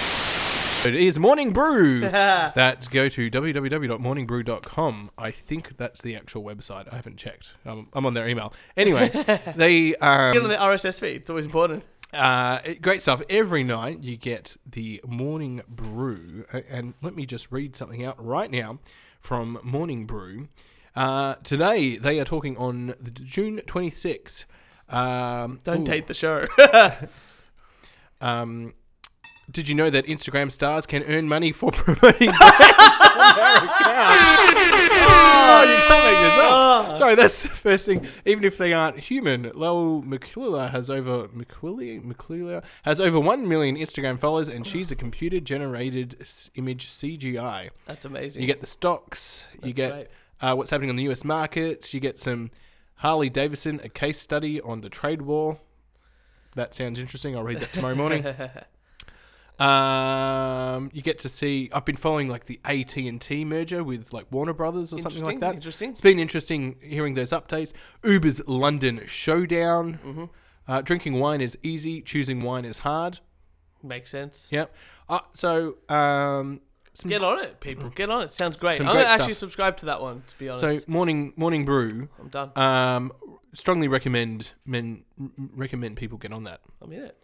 Speaker 2: is Morning Brew. that go to www.morningbrew.com. I think that's the actual website. I haven't checked. I'm, I'm on their email. Anyway, they
Speaker 1: get on
Speaker 2: um,
Speaker 1: the RSS feed. It's always important.
Speaker 2: uh, great stuff. Every night you get the Morning Brew, A- and let me just read something out right now from Morning Brew. Uh, today they are talking on the June 26th. Um,
Speaker 1: Don't
Speaker 2: ooh.
Speaker 1: date the show.
Speaker 2: Um, did you know that Instagram stars can earn money for promoting brands on their account? Oh, you can't make this up. Sorry, that's the first thing. Even if they aren't human, Lowell McClilla has over McQuilly, McClilla has over one million Instagram followers, and she's a computer-generated s- image CGI.
Speaker 1: that's amazing.
Speaker 2: You get the stocks. you
Speaker 1: That's
Speaker 2: get
Speaker 1: right.
Speaker 2: uh, what's happening on the U.S. markets. You get some Harley Davidson, a case study on the trade war. That sounds interesting. I'll read that tomorrow morning. um, you get to see. I've been following like the AT and T merger with like Warner Brothers or something like
Speaker 1: Interesting,
Speaker 2: that.
Speaker 1: interesting.
Speaker 2: It's been interesting hearing those updates. Uber's London showdown.
Speaker 1: Mm-hmm.
Speaker 2: Uh, drinking wine is easy. Choosing wine is hard.
Speaker 1: Makes sense.
Speaker 2: Yep. Uh, so um, some
Speaker 1: Get on it, people. Get on it. Sounds great.
Speaker 2: Some
Speaker 1: I'm gonna
Speaker 2: great
Speaker 1: actually
Speaker 2: stuff.
Speaker 1: subscribe to that one. To be honest,
Speaker 2: so morning morning brew.
Speaker 1: I'm done.
Speaker 2: Um, strongly recommend men recommend people get on that.
Speaker 1: I'm in it.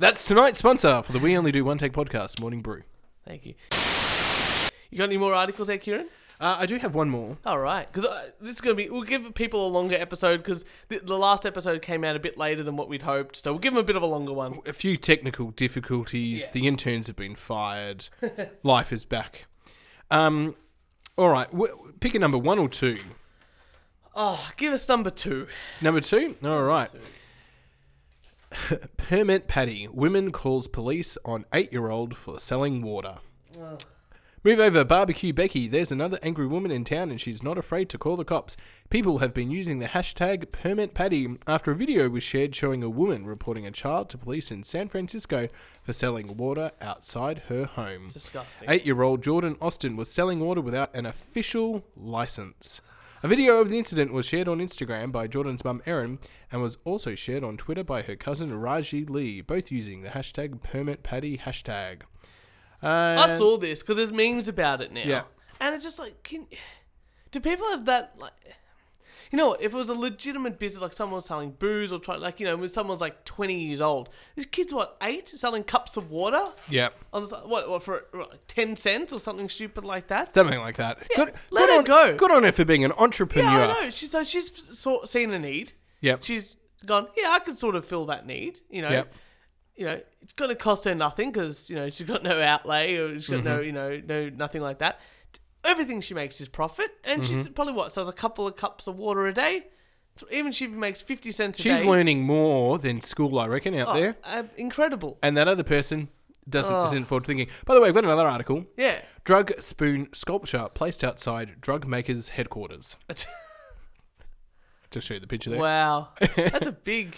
Speaker 2: That's tonight's sponsor for the We Only Do One Take podcast, Morning Brew.
Speaker 1: Thank you. You got any more articles there, Kieran?
Speaker 2: Uh, I do have one more.
Speaker 1: All right, because uh, this is going to be. We'll give people a longer episode because the, the last episode came out a bit later than what we'd hoped. So we'll give them a bit of a longer one.
Speaker 2: A few technical difficulties. The interns have been fired. Life is back. Um, all right, w- pick a number one or two.
Speaker 1: Oh, give us number two.
Speaker 2: Number two. All right. Permit Patty. Women calls police on eight-year-old for selling water. Move over, barbecue Becky. There's another angry woman in town, and she's not afraid to call the cops. People have been using the hashtag Permit Patty after a video was shared showing a woman reporting a child to police in San Francisco for selling water outside her home.
Speaker 1: Disgusting.
Speaker 2: Eight year old Jordan Austin was selling water without an official license. A video of the incident was shared on Instagram by Jordan's mum Erin and was also shared on Twitter by her cousin Raji Lee, both using the hashtag permit patty hashtag. Uh,
Speaker 1: I saw this because there's memes about it now.
Speaker 2: Yeah.
Speaker 1: And it's just like, can, do people have that like? You know, what, if it was a legitimate business, like someone was selling booze or trying, like you know, when someone's like twenty years old, this kid's what eight selling cups of water
Speaker 2: yeah.
Speaker 1: on the, si- what, what for what, like ten cents or something stupid like that.
Speaker 2: Something like that. good,
Speaker 1: let
Speaker 2: good
Speaker 1: her
Speaker 2: on,
Speaker 1: go.
Speaker 2: Good on her for being an entrepreneur.
Speaker 1: Yeah, I know. She's so she's saw, seen a need.
Speaker 2: Yep.
Speaker 1: She's gone. Yeah, I can sort of fill that need. You know.
Speaker 2: Yep.
Speaker 1: You know, it's going to cost her nothing because you know she's got no outlay or she's got
Speaker 2: Mm-hmm.
Speaker 1: no you know no nothing like that. Everything she makes is profit, and she's
Speaker 2: Mm-hmm.
Speaker 1: probably what sells a couple of cups of water a day. So even she makes fifty cents a
Speaker 2: She's
Speaker 1: day.
Speaker 2: learning more than school, I reckon, out
Speaker 1: Oh,
Speaker 2: there.
Speaker 1: uh, incredible.
Speaker 2: And that other person doesn't isn't forward thinking. By the way, I've got another article.
Speaker 1: Yeah.
Speaker 2: Drug spoon sculpture placed outside drug maker's headquarters. Just show you the picture there.
Speaker 1: wow, that's a big,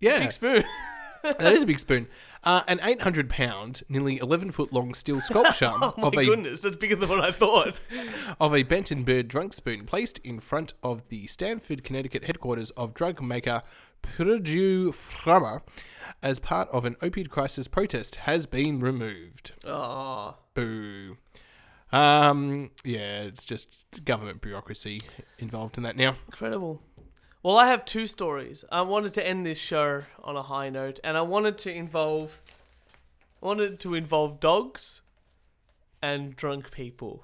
Speaker 2: yeah,
Speaker 1: big spoon.
Speaker 2: that is a big spoon. Uh, an 800 pound, nearly 11 foot long steel sculpture
Speaker 1: Oh My
Speaker 2: of, a,
Speaker 1: goodness, that's bigger than what I thought.
Speaker 2: of a Benton bird drunk spoon placed in front of the Stanford, Connecticut headquarters of drug maker Purdue Frama as part of an opioid crisis protest has been removed.
Speaker 1: Oh,
Speaker 2: Boo. Um, yeah, it's just government bureaucracy involved in that now.
Speaker 1: Incredible. Well, I have two stories. I wanted to end this show on a high note, and I wanted to involve, I wanted to involve dogs, and drunk people.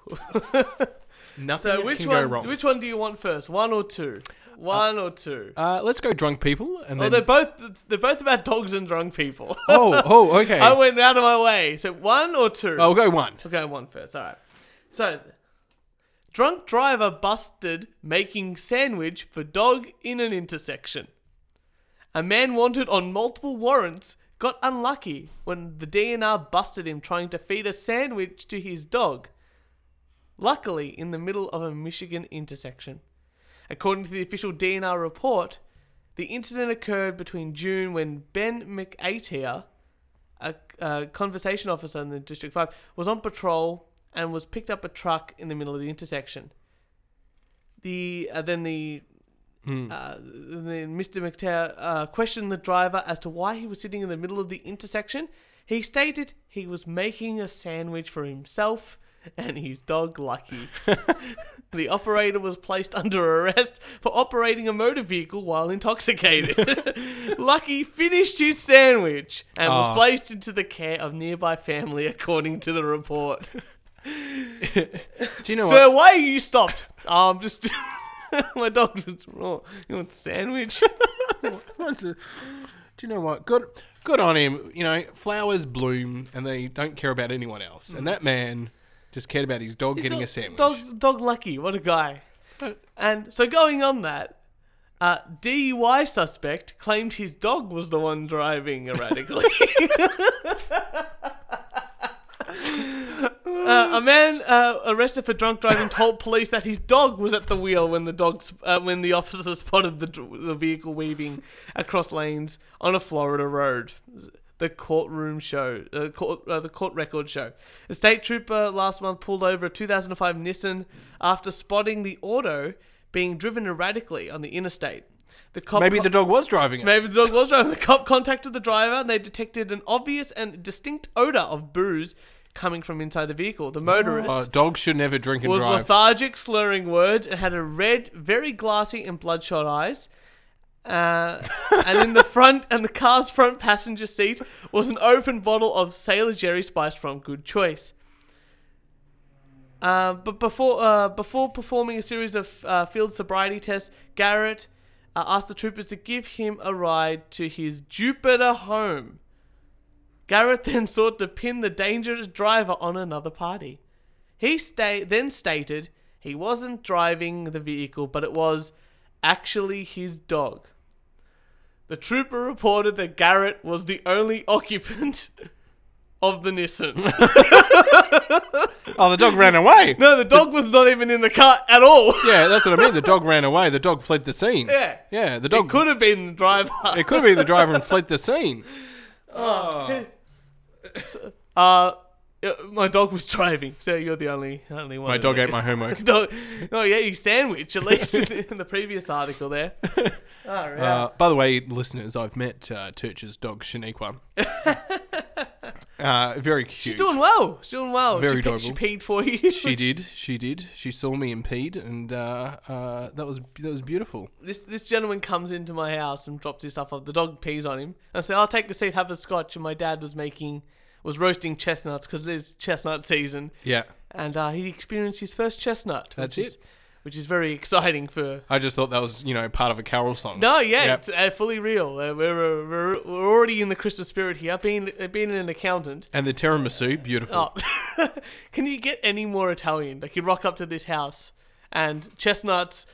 Speaker 2: Nothing
Speaker 1: so which
Speaker 2: can
Speaker 1: one?
Speaker 2: go wrong.
Speaker 1: Which one do you want first? One or two? One or two?
Speaker 2: uh, let's go drunk people and
Speaker 1: well,
Speaker 2: then.
Speaker 1: Oh, they're both they're both about dogs and drunk people.
Speaker 2: oh, oh, okay.
Speaker 1: I went out of my way. So one or two?
Speaker 2: I'll go one.
Speaker 1: We'll go one first. All right. So, drunk driver busted making sandwich for dog in an intersection. A man wanted on multiple warrants got unlucky when the DNR busted him trying to feed a sandwich to his dog. Luckily, in the middle of a Michigan intersection. According to the official DNR report, the incident occurred between June when Ben McAteer, a, a conversation officer in the District 5, was on patrol and was picked up a truck in the middle of the intersection. The uh, Then the, uh, then Mr. McTeer uh, questioned the driver as to why he was sitting in the middle of the intersection. He stated he was making a sandwich for himself and his dog Lucky. the operator was placed under arrest for operating a motor vehicle while intoxicated. Lucky finished his sandwich and
Speaker 2: Oh.
Speaker 1: was placed into the care of nearby family, according to the report.
Speaker 2: Do you know what?
Speaker 1: Sir, why are you stopped? oh, I'm just. My dog was raw. You want a sandwich?
Speaker 2: What's a- Do you know what? Good, good on him. You know, flowers bloom and they don't care about anyone else. And that man just cared about his dog getting a
Speaker 1: Mm. It's
Speaker 2: sandwich.
Speaker 1: Dog, dog lucky. What a guy. And so going on that, uh, DUI suspect claimed his dog was the one driving erratically. Uh, a man uh, arrested for drunk driving told police that his dog was at the wheel when the dog sp- uh, when the officer spotted the, dr- the vehicle weaving across lanes on a Florida road. The courtroom show, uh, court, uh, the court record show. A state trooper last month pulled over a 2005 Nissan after spotting the auto being driven erratically on the interstate. The cop
Speaker 2: Maybe the dog was driving it.
Speaker 1: Maybe the dog was driving. The cop contacted the driver and they detected an obvious and distinct odor of booze coming from inside the vehicle. The motorist
Speaker 2: Uh, dogs should never drink and
Speaker 1: was
Speaker 2: drive.
Speaker 1: lethargic, slurring words, and had a red, very glassy and bloodshot eyes. Uh, and in the front and the car's front passenger seat was an open bottle of Sailor Jerry spiced from Good Choice. Uh, but before uh, before performing a series of uh, field sobriety tests, Garrett uh, asked the troopers to give him a ride to his Jupiter home. Garrett then sought to pin the dangerous driver on another party. He sta- then stated he wasn't driving the vehicle, but it was actually his dog. The trooper reported that Garrett was the only occupant of the Nissan.
Speaker 2: oh, the dog ran away.
Speaker 1: No, the dog was not even in the car at all.
Speaker 2: Yeah, that's what I mean. The dog ran away. The dog fled the scene.
Speaker 1: Yeah.
Speaker 2: Yeah, the
Speaker 1: It
Speaker 2: dog.
Speaker 1: could have been the driver.
Speaker 2: It could be the driver and fled the scene.
Speaker 1: Uh, uh, my dog was driving, so you're the only only one.
Speaker 2: My
Speaker 1: that-
Speaker 2: dog ate my homework.
Speaker 1: dog. Oh yeah, you sandwich at least in the, in the previous article there. All right.
Speaker 2: Uh, by the way, listeners, I've met uh, Turch's dog Shaniqua. uh, very cute.
Speaker 1: She's doing well. She's doing well.
Speaker 2: Very
Speaker 1: she, pe- she
Speaker 2: adorable.
Speaker 1: peed for you.
Speaker 2: She did. She did. She saw me impede, and uh, uh, that was that was beautiful.
Speaker 1: This this gentleman comes into my house and drops his stuff off. The dog pees on him. I say, "I'll take a seat, have a scotch." And my dad was making was roasting chestnuts because it is chestnut season,
Speaker 2: Yeah.
Speaker 1: and uh, he experienced his first chestnut.
Speaker 2: That's
Speaker 1: which is- which is very exciting for.
Speaker 2: I just thought that was you know part of a carol song.
Speaker 1: No, yeah,
Speaker 2: Yep.
Speaker 1: it's uh, fully real. Uh, we're, we're we're already in the Christmas spirit here. Being uh, being an accountant,
Speaker 2: And the tiramisu, beautiful.
Speaker 1: Oh, can you get any more Italian? Like you rock up to this house and chestnuts,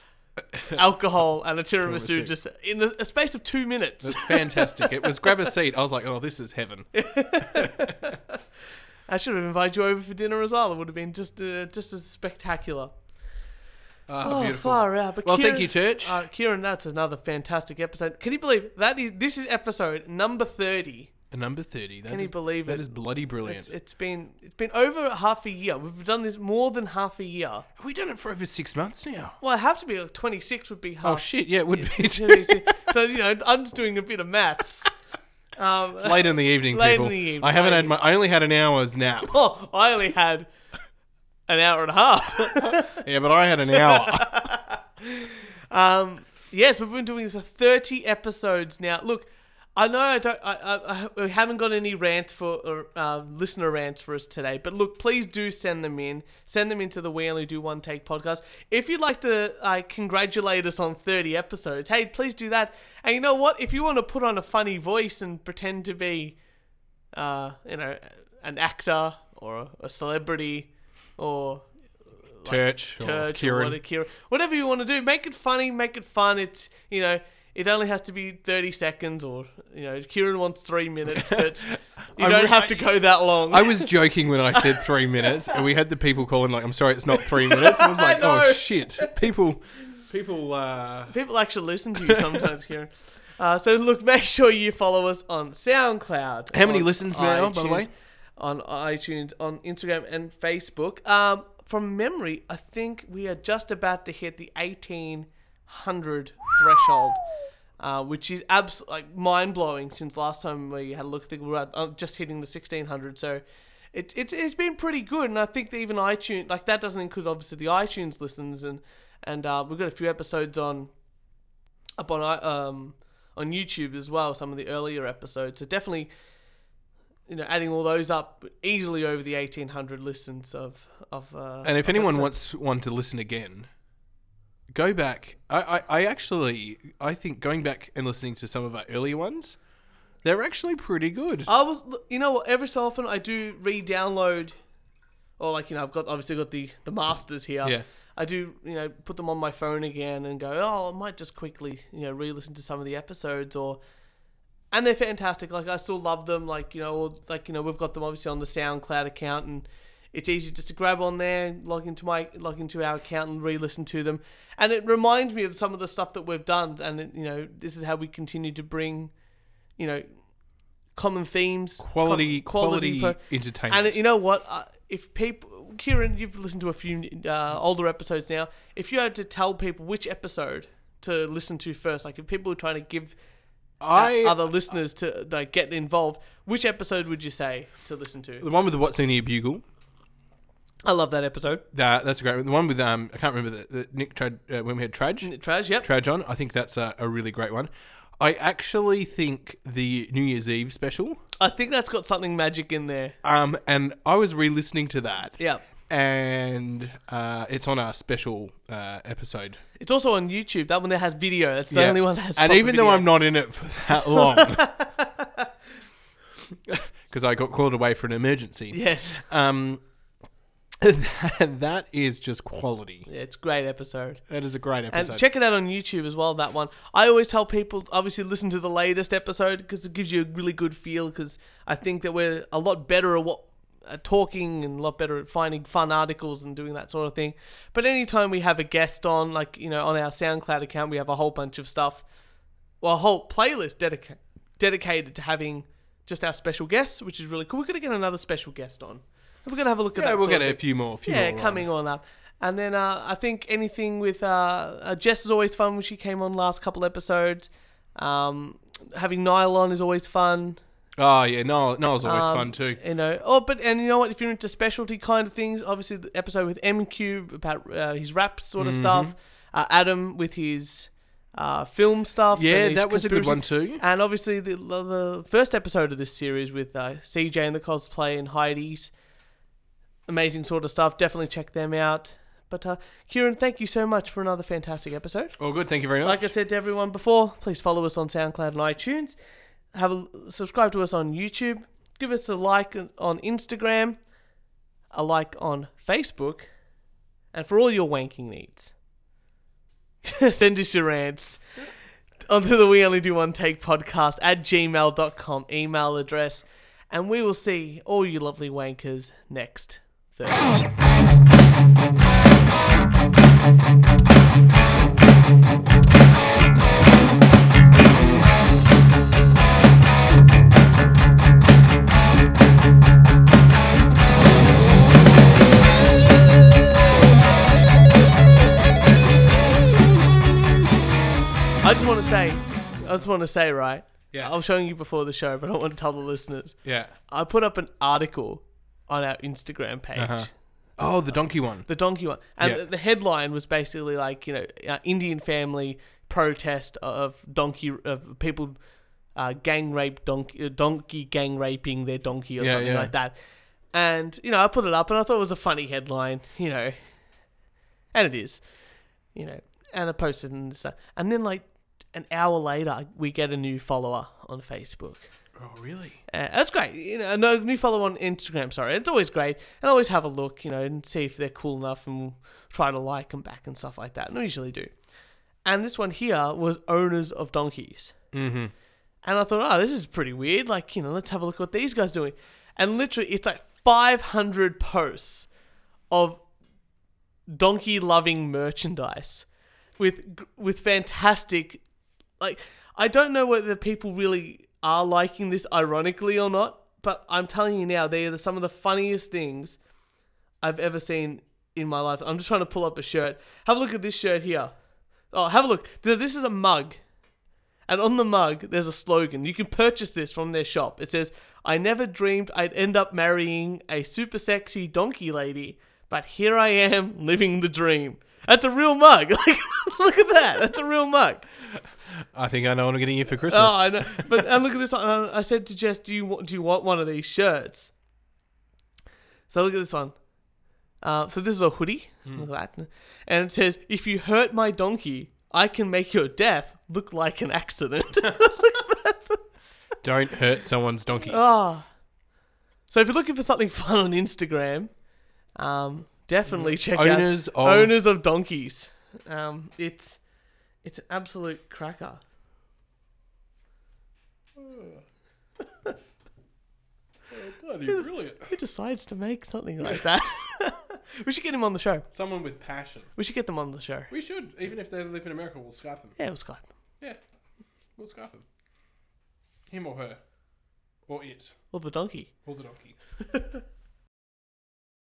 Speaker 1: alcohol, and a tiramisu
Speaker 2: Tiramisu.
Speaker 1: just in the, a space of two minutes.
Speaker 2: It's fantastic. it was grab a seat. I was like, oh, this is heaven.
Speaker 1: I should have invited you over for dinner as well. It would have been just uh, just as spectacular.
Speaker 2: Ah,
Speaker 1: Oh,
Speaker 2: beautiful.
Speaker 1: far out. But
Speaker 2: Well,
Speaker 1: Kieran,
Speaker 2: thank you, Turch.
Speaker 1: Uh, Kieran, that's another fantastic episode. Can you believe that is this is episode number thirty?
Speaker 2: And number thirty. That
Speaker 1: Can you
Speaker 2: is-
Speaker 1: believe
Speaker 2: That
Speaker 1: it?
Speaker 2: is bloody
Speaker 1: It's,
Speaker 2: brilliant.
Speaker 1: it's been it's been over half a year. We've done this more than half a year.
Speaker 2: Have we done it for over six months now?
Speaker 1: Well, I have to be like twenty six would be half.
Speaker 2: Oh shit! Yeah, it would be.
Speaker 1: Yeah, so so, you know, I'm just doing a bit of maths. Um,
Speaker 2: It's late in the evening,
Speaker 1: Late in
Speaker 2: people.
Speaker 1: the evening,
Speaker 2: I haven't
Speaker 1: late
Speaker 2: had my. I only had an hour's nap.
Speaker 1: oh, I only had an hour and a half.
Speaker 2: yeah, but I had an hour.
Speaker 1: Um, yes, we've been doing this for 30 episodes now. Look, I know I don't. I, I, I we haven't got any rant for or, uh, listener rants for us today, but look, please do send them in. Send them into the We Only Do One Take podcast. If you'd like to uh, congratulate us on 30 episodes, hey, please do that. And you know what? If you want to put on a funny voice and pretend to be uh, you know, an actor or a, a celebrity or
Speaker 2: Turch, or
Speaker 1: Turch or
Speaker 2: Kieran.
Speaker 1: whatever, Kieran. whatever you want to do, make it funny, make it fun. It's you know, it only has to be thirty seconds, or you know, Kieran wants three minutes, but you
Speaker 2: I
Speaker 1: don't
Speaker 2: re-
Speaker 1: have to go that long.
Speaker 2: I was joking when I said three minutes, and we had the people calling like, "I'm sorry, it's not three minutes." I was like,
Speaker 1: know.
Speaker 2: "Oh shit, people, people." Uh...
Speaker 1: People actually listen to you sometimes, Kieran. Uh, so look, make sure you follow us on SoundCloud.
Speaker 2: How many
Speaker 1: on
Speaker 2: listens now, by the way?
Speaker 1: iTunes- On iTunes, on Instagram and Facebook. Um, from memory, I think we are just about to hit the eighteen hundred threshold, uh, which is abs- like mind blowing. Since last time we had a look, I think we were at, uh, just hitting the sixteen hundred. So. It, it, it's been pretty good, and I think that even iTunes, like that doesn't include obviously the iTunes listens, and and uh, we've got a few episodes on up on i- um on YouTube as well. Some of the earlier episodes, so definitely, you know, adding all those up easily over the eighteen hundred listens of of. Uh,
Speaker 2: And if
Speaker 1: of
Speaker 2: anyone
Speaker 1: episodes.
Speaker 2: wants one to listen again, go back. I, I, I actually, I think going back and listening to some of our earlier ones, they're actually pretty good.
Speaker 1: I was, you know, what? every so often I do re-download, or like you know, I've got obviously got the the masters here.
Speaker 2: Yeah.
Speaker 1: I do, you know, put them on my phone again and go, oh, I might just quickly, you know, re-listen to some of the episodes or, and they're fantastic. Like I still love them. Like you know, or, like you know, we've got them obviously on the SoundCloud account, and It's easy just to grab on there, log into my log into our account and re-listen to them. And it reminds me of some of the stuff that we've done. And it, you know, this is how we continue to bring, you know, common themes, com-
Speaker 2: Quality, quality,
Speaker 1: pro-
Speaker 2: entertainment.
Speaker 1: and you know what? Uh, if people, Kieran, you've listened to a few uh, older episodes now. If you had to tell people which episode to listen to first, like if people were trying to give
Speaker 2: I
Speaker 1: other listeners to like get involved, which episode would you say to listen to?
Speaker 2: the one with the what's in your bugle.
Speaker 1: I love that episode.
Speaker 2: That that's a great one. The one with um, I can't remember the, the Nick Trad uh, when we had Trudge.
Speaker 1: Trash, yep.
Speaker 2: Trudge on. I think that's a, a really great one. I actually think the New Year's Eve special.
Speaker 1: I think that's got something magic in there.
Speaker 2: Um, and I was re-listening to that.
Speaker 1: Yep.
Speaker 2: And uh, it's on our special uh, episode.
Speaker 1: It's also on YouTube. That one that has video. That's the
Speaker 2: Yeah.
Speaker 1: only one that has.
Speaker 2: and
Speaker 1: proper
Speaker 2: even though
Speaker 1: video.
Speaker 2: I'm not in it for that long, because I got called away for an emergency.
Speaker 1: yes,
Speaker 2: Um, that is just quality.
Speaker 1: yeah, it's a great episode.
Speaker 2: That is a great
Speaker 1: And
Speaker 2: episode.
Speaker 1: check it out on YouTube as well. That one. I always tell people, obviously, listen to the latest episode because it gives you a really good feel. Because I think that we're a lot better at what at talking and a lot better at finding fun articles and doing that sort of thing. But anytime we have a guest on, like you know, on our SoundCloud account, we have a whole bunch of stuff, well, a whole playlist dedica- dedicated to having just our special guests, which is really cool. We're gonna get another special guest on. We're gonna have a look at
Speaker 2: yeah,
Speaker 1: that.
Speaker 2: we'll
Speaker 1: sort of
Speaker 2: get a
Speaker 1: thing
Speaker 2: few more. Few
Speaker 1: yeah,
Speaker 2: more on.
Speaker 1: coming on up. And then uh, I think anything with uh, uh, Jess is always fun when she came on last couple episodes. Um, having Niall on is always fun.
Speaker 2: Oh yeah, Niall, Niall's always
Speaker 1: Um,
Speaker 2: fun too.
Speaker 1: You know, oh, but and you know what? If you're into specialty kind of things, obviously the episode with MQ about uh, his rap sort
Speaker 2: Mm-hmm.
Speaker 1: of stuff. Uh, Adam with his uh, film stuff.
Speaker 2: Yeah,
Speaker 1: and his
Speaker 2: that was a good
Speaker 1: conspiracy-
Speaker 2: one too.
Speaker 1: and obviously, the, the first episode of this series with uh, CJ and the cosplay and Heidi's amazing sort of stuff. Definitely check them out. But uh, Kieran, thank you so much for another fantastic episode.
Speaker 2: Well, Oh, good. Thank you very much.
Speaker 1: Like I said to everyone before, please follow us on SoundCloud and iTunes. Have a, subscribe to us on YouTube. Give us a like on Instagram, a like on Facebook, and for all your wanking needs, send us your rants onto the We Only Do One Take podcast at gmail.com email address. And we will see all you lovely wankers next Thursday. I just want to say, I just want to say, right?
Speaker 2: Yeah.
Speaker 1: I was showing you before the show, but I want to tell the listeners.
Speaker 2: yeah.
Speaker 1: I put up an article on our Instagram page,
Speaker 2: Uh-huh. Oh, the donkey one.
Speaker 1: the donkey one, and
Speaker 2: Yeah.
Speaker 1: the, the headline was basically like, you know, uh, Indian family protest of donkey of people uh, gang rape donkey uh, donkey gang raping their donkey or
Speaker 2: Yeah,
Speaker 1: something
Speaker 2: yeah.
Speaker 1: like that. And you know, I put it up, and I thought it was a funny headline, you know, and it is, you know, and I posted and stuff, and then like an hour later, we get a new follower on Facebook.
Speaker 2: Oh, really?
Speaker 1: Uh, that's great. You know, no new follow on Instagram. Sorry, it's always great, and always have a look, you know, and see if they're cool enough, and we'll try to like them back and stuff like that. And I usually do. And this one here was owners of donkeys,
Speaker 2: Mm-hmm.
Speaker 1: and I thought, oh, this is pretty weird. Like, you know, let's have a look what these guys doing. And literally, it's like 500 posts of donkey loving merchandise with with fantastic like I don't know whether people really are liking this ironically or not, but I'm telling you now, they are the, some of the funniest things I've ever seen in my life. I'm just trying to pull up a shirt. Have a look at this shirt here. Oh, have a look. Th- This is a mug. And on the mug, there's a slogan. You can purchase this from their shop. It says, I never dreamed I'd end up marrying a super sexy donkey lady, but here I am living the dream. That's a real mug. Like, look at that. That's a real mug.
Speaker 2: I think I know what I'm getting you for Christmas.
Speaker 1: Oh, I know. But and look at this one. And I said to Jess, "Do you want, do you want one of these shirts?" So look at this one. Uh, so this is a hoodie,
Speaker 2: Hmm.
Speaker 1: look at that. and it says, "If you hurt my donkey, I can make your death look like an accident."
Speaker 2: Don't hurt someone's donkey.
Speaker 1: Ah. So if you're looking for something fun on Instagram, um, definitely check out
Speaker 2: Mm-hmm. Owners of
Speaker 1: owners of donkeys. Um, it's it's an absolute cracker.
Speaker 2: Bloody brilliant.
Speaker 1: Who decides to make something like that? we should get him on the show.
Speaker 2: Someone with passion.
Speaker 1: We should get them on the show.
Speaker 2: We should, even if they live in America, we'll Skype them.
Speaker 1: Yeah, we'll Skype.
Speaker 2: Yeah, we'll Skype them. Him or her, or it,
Speaker 1: Or the donkey.
Speaker 2: or the donkey.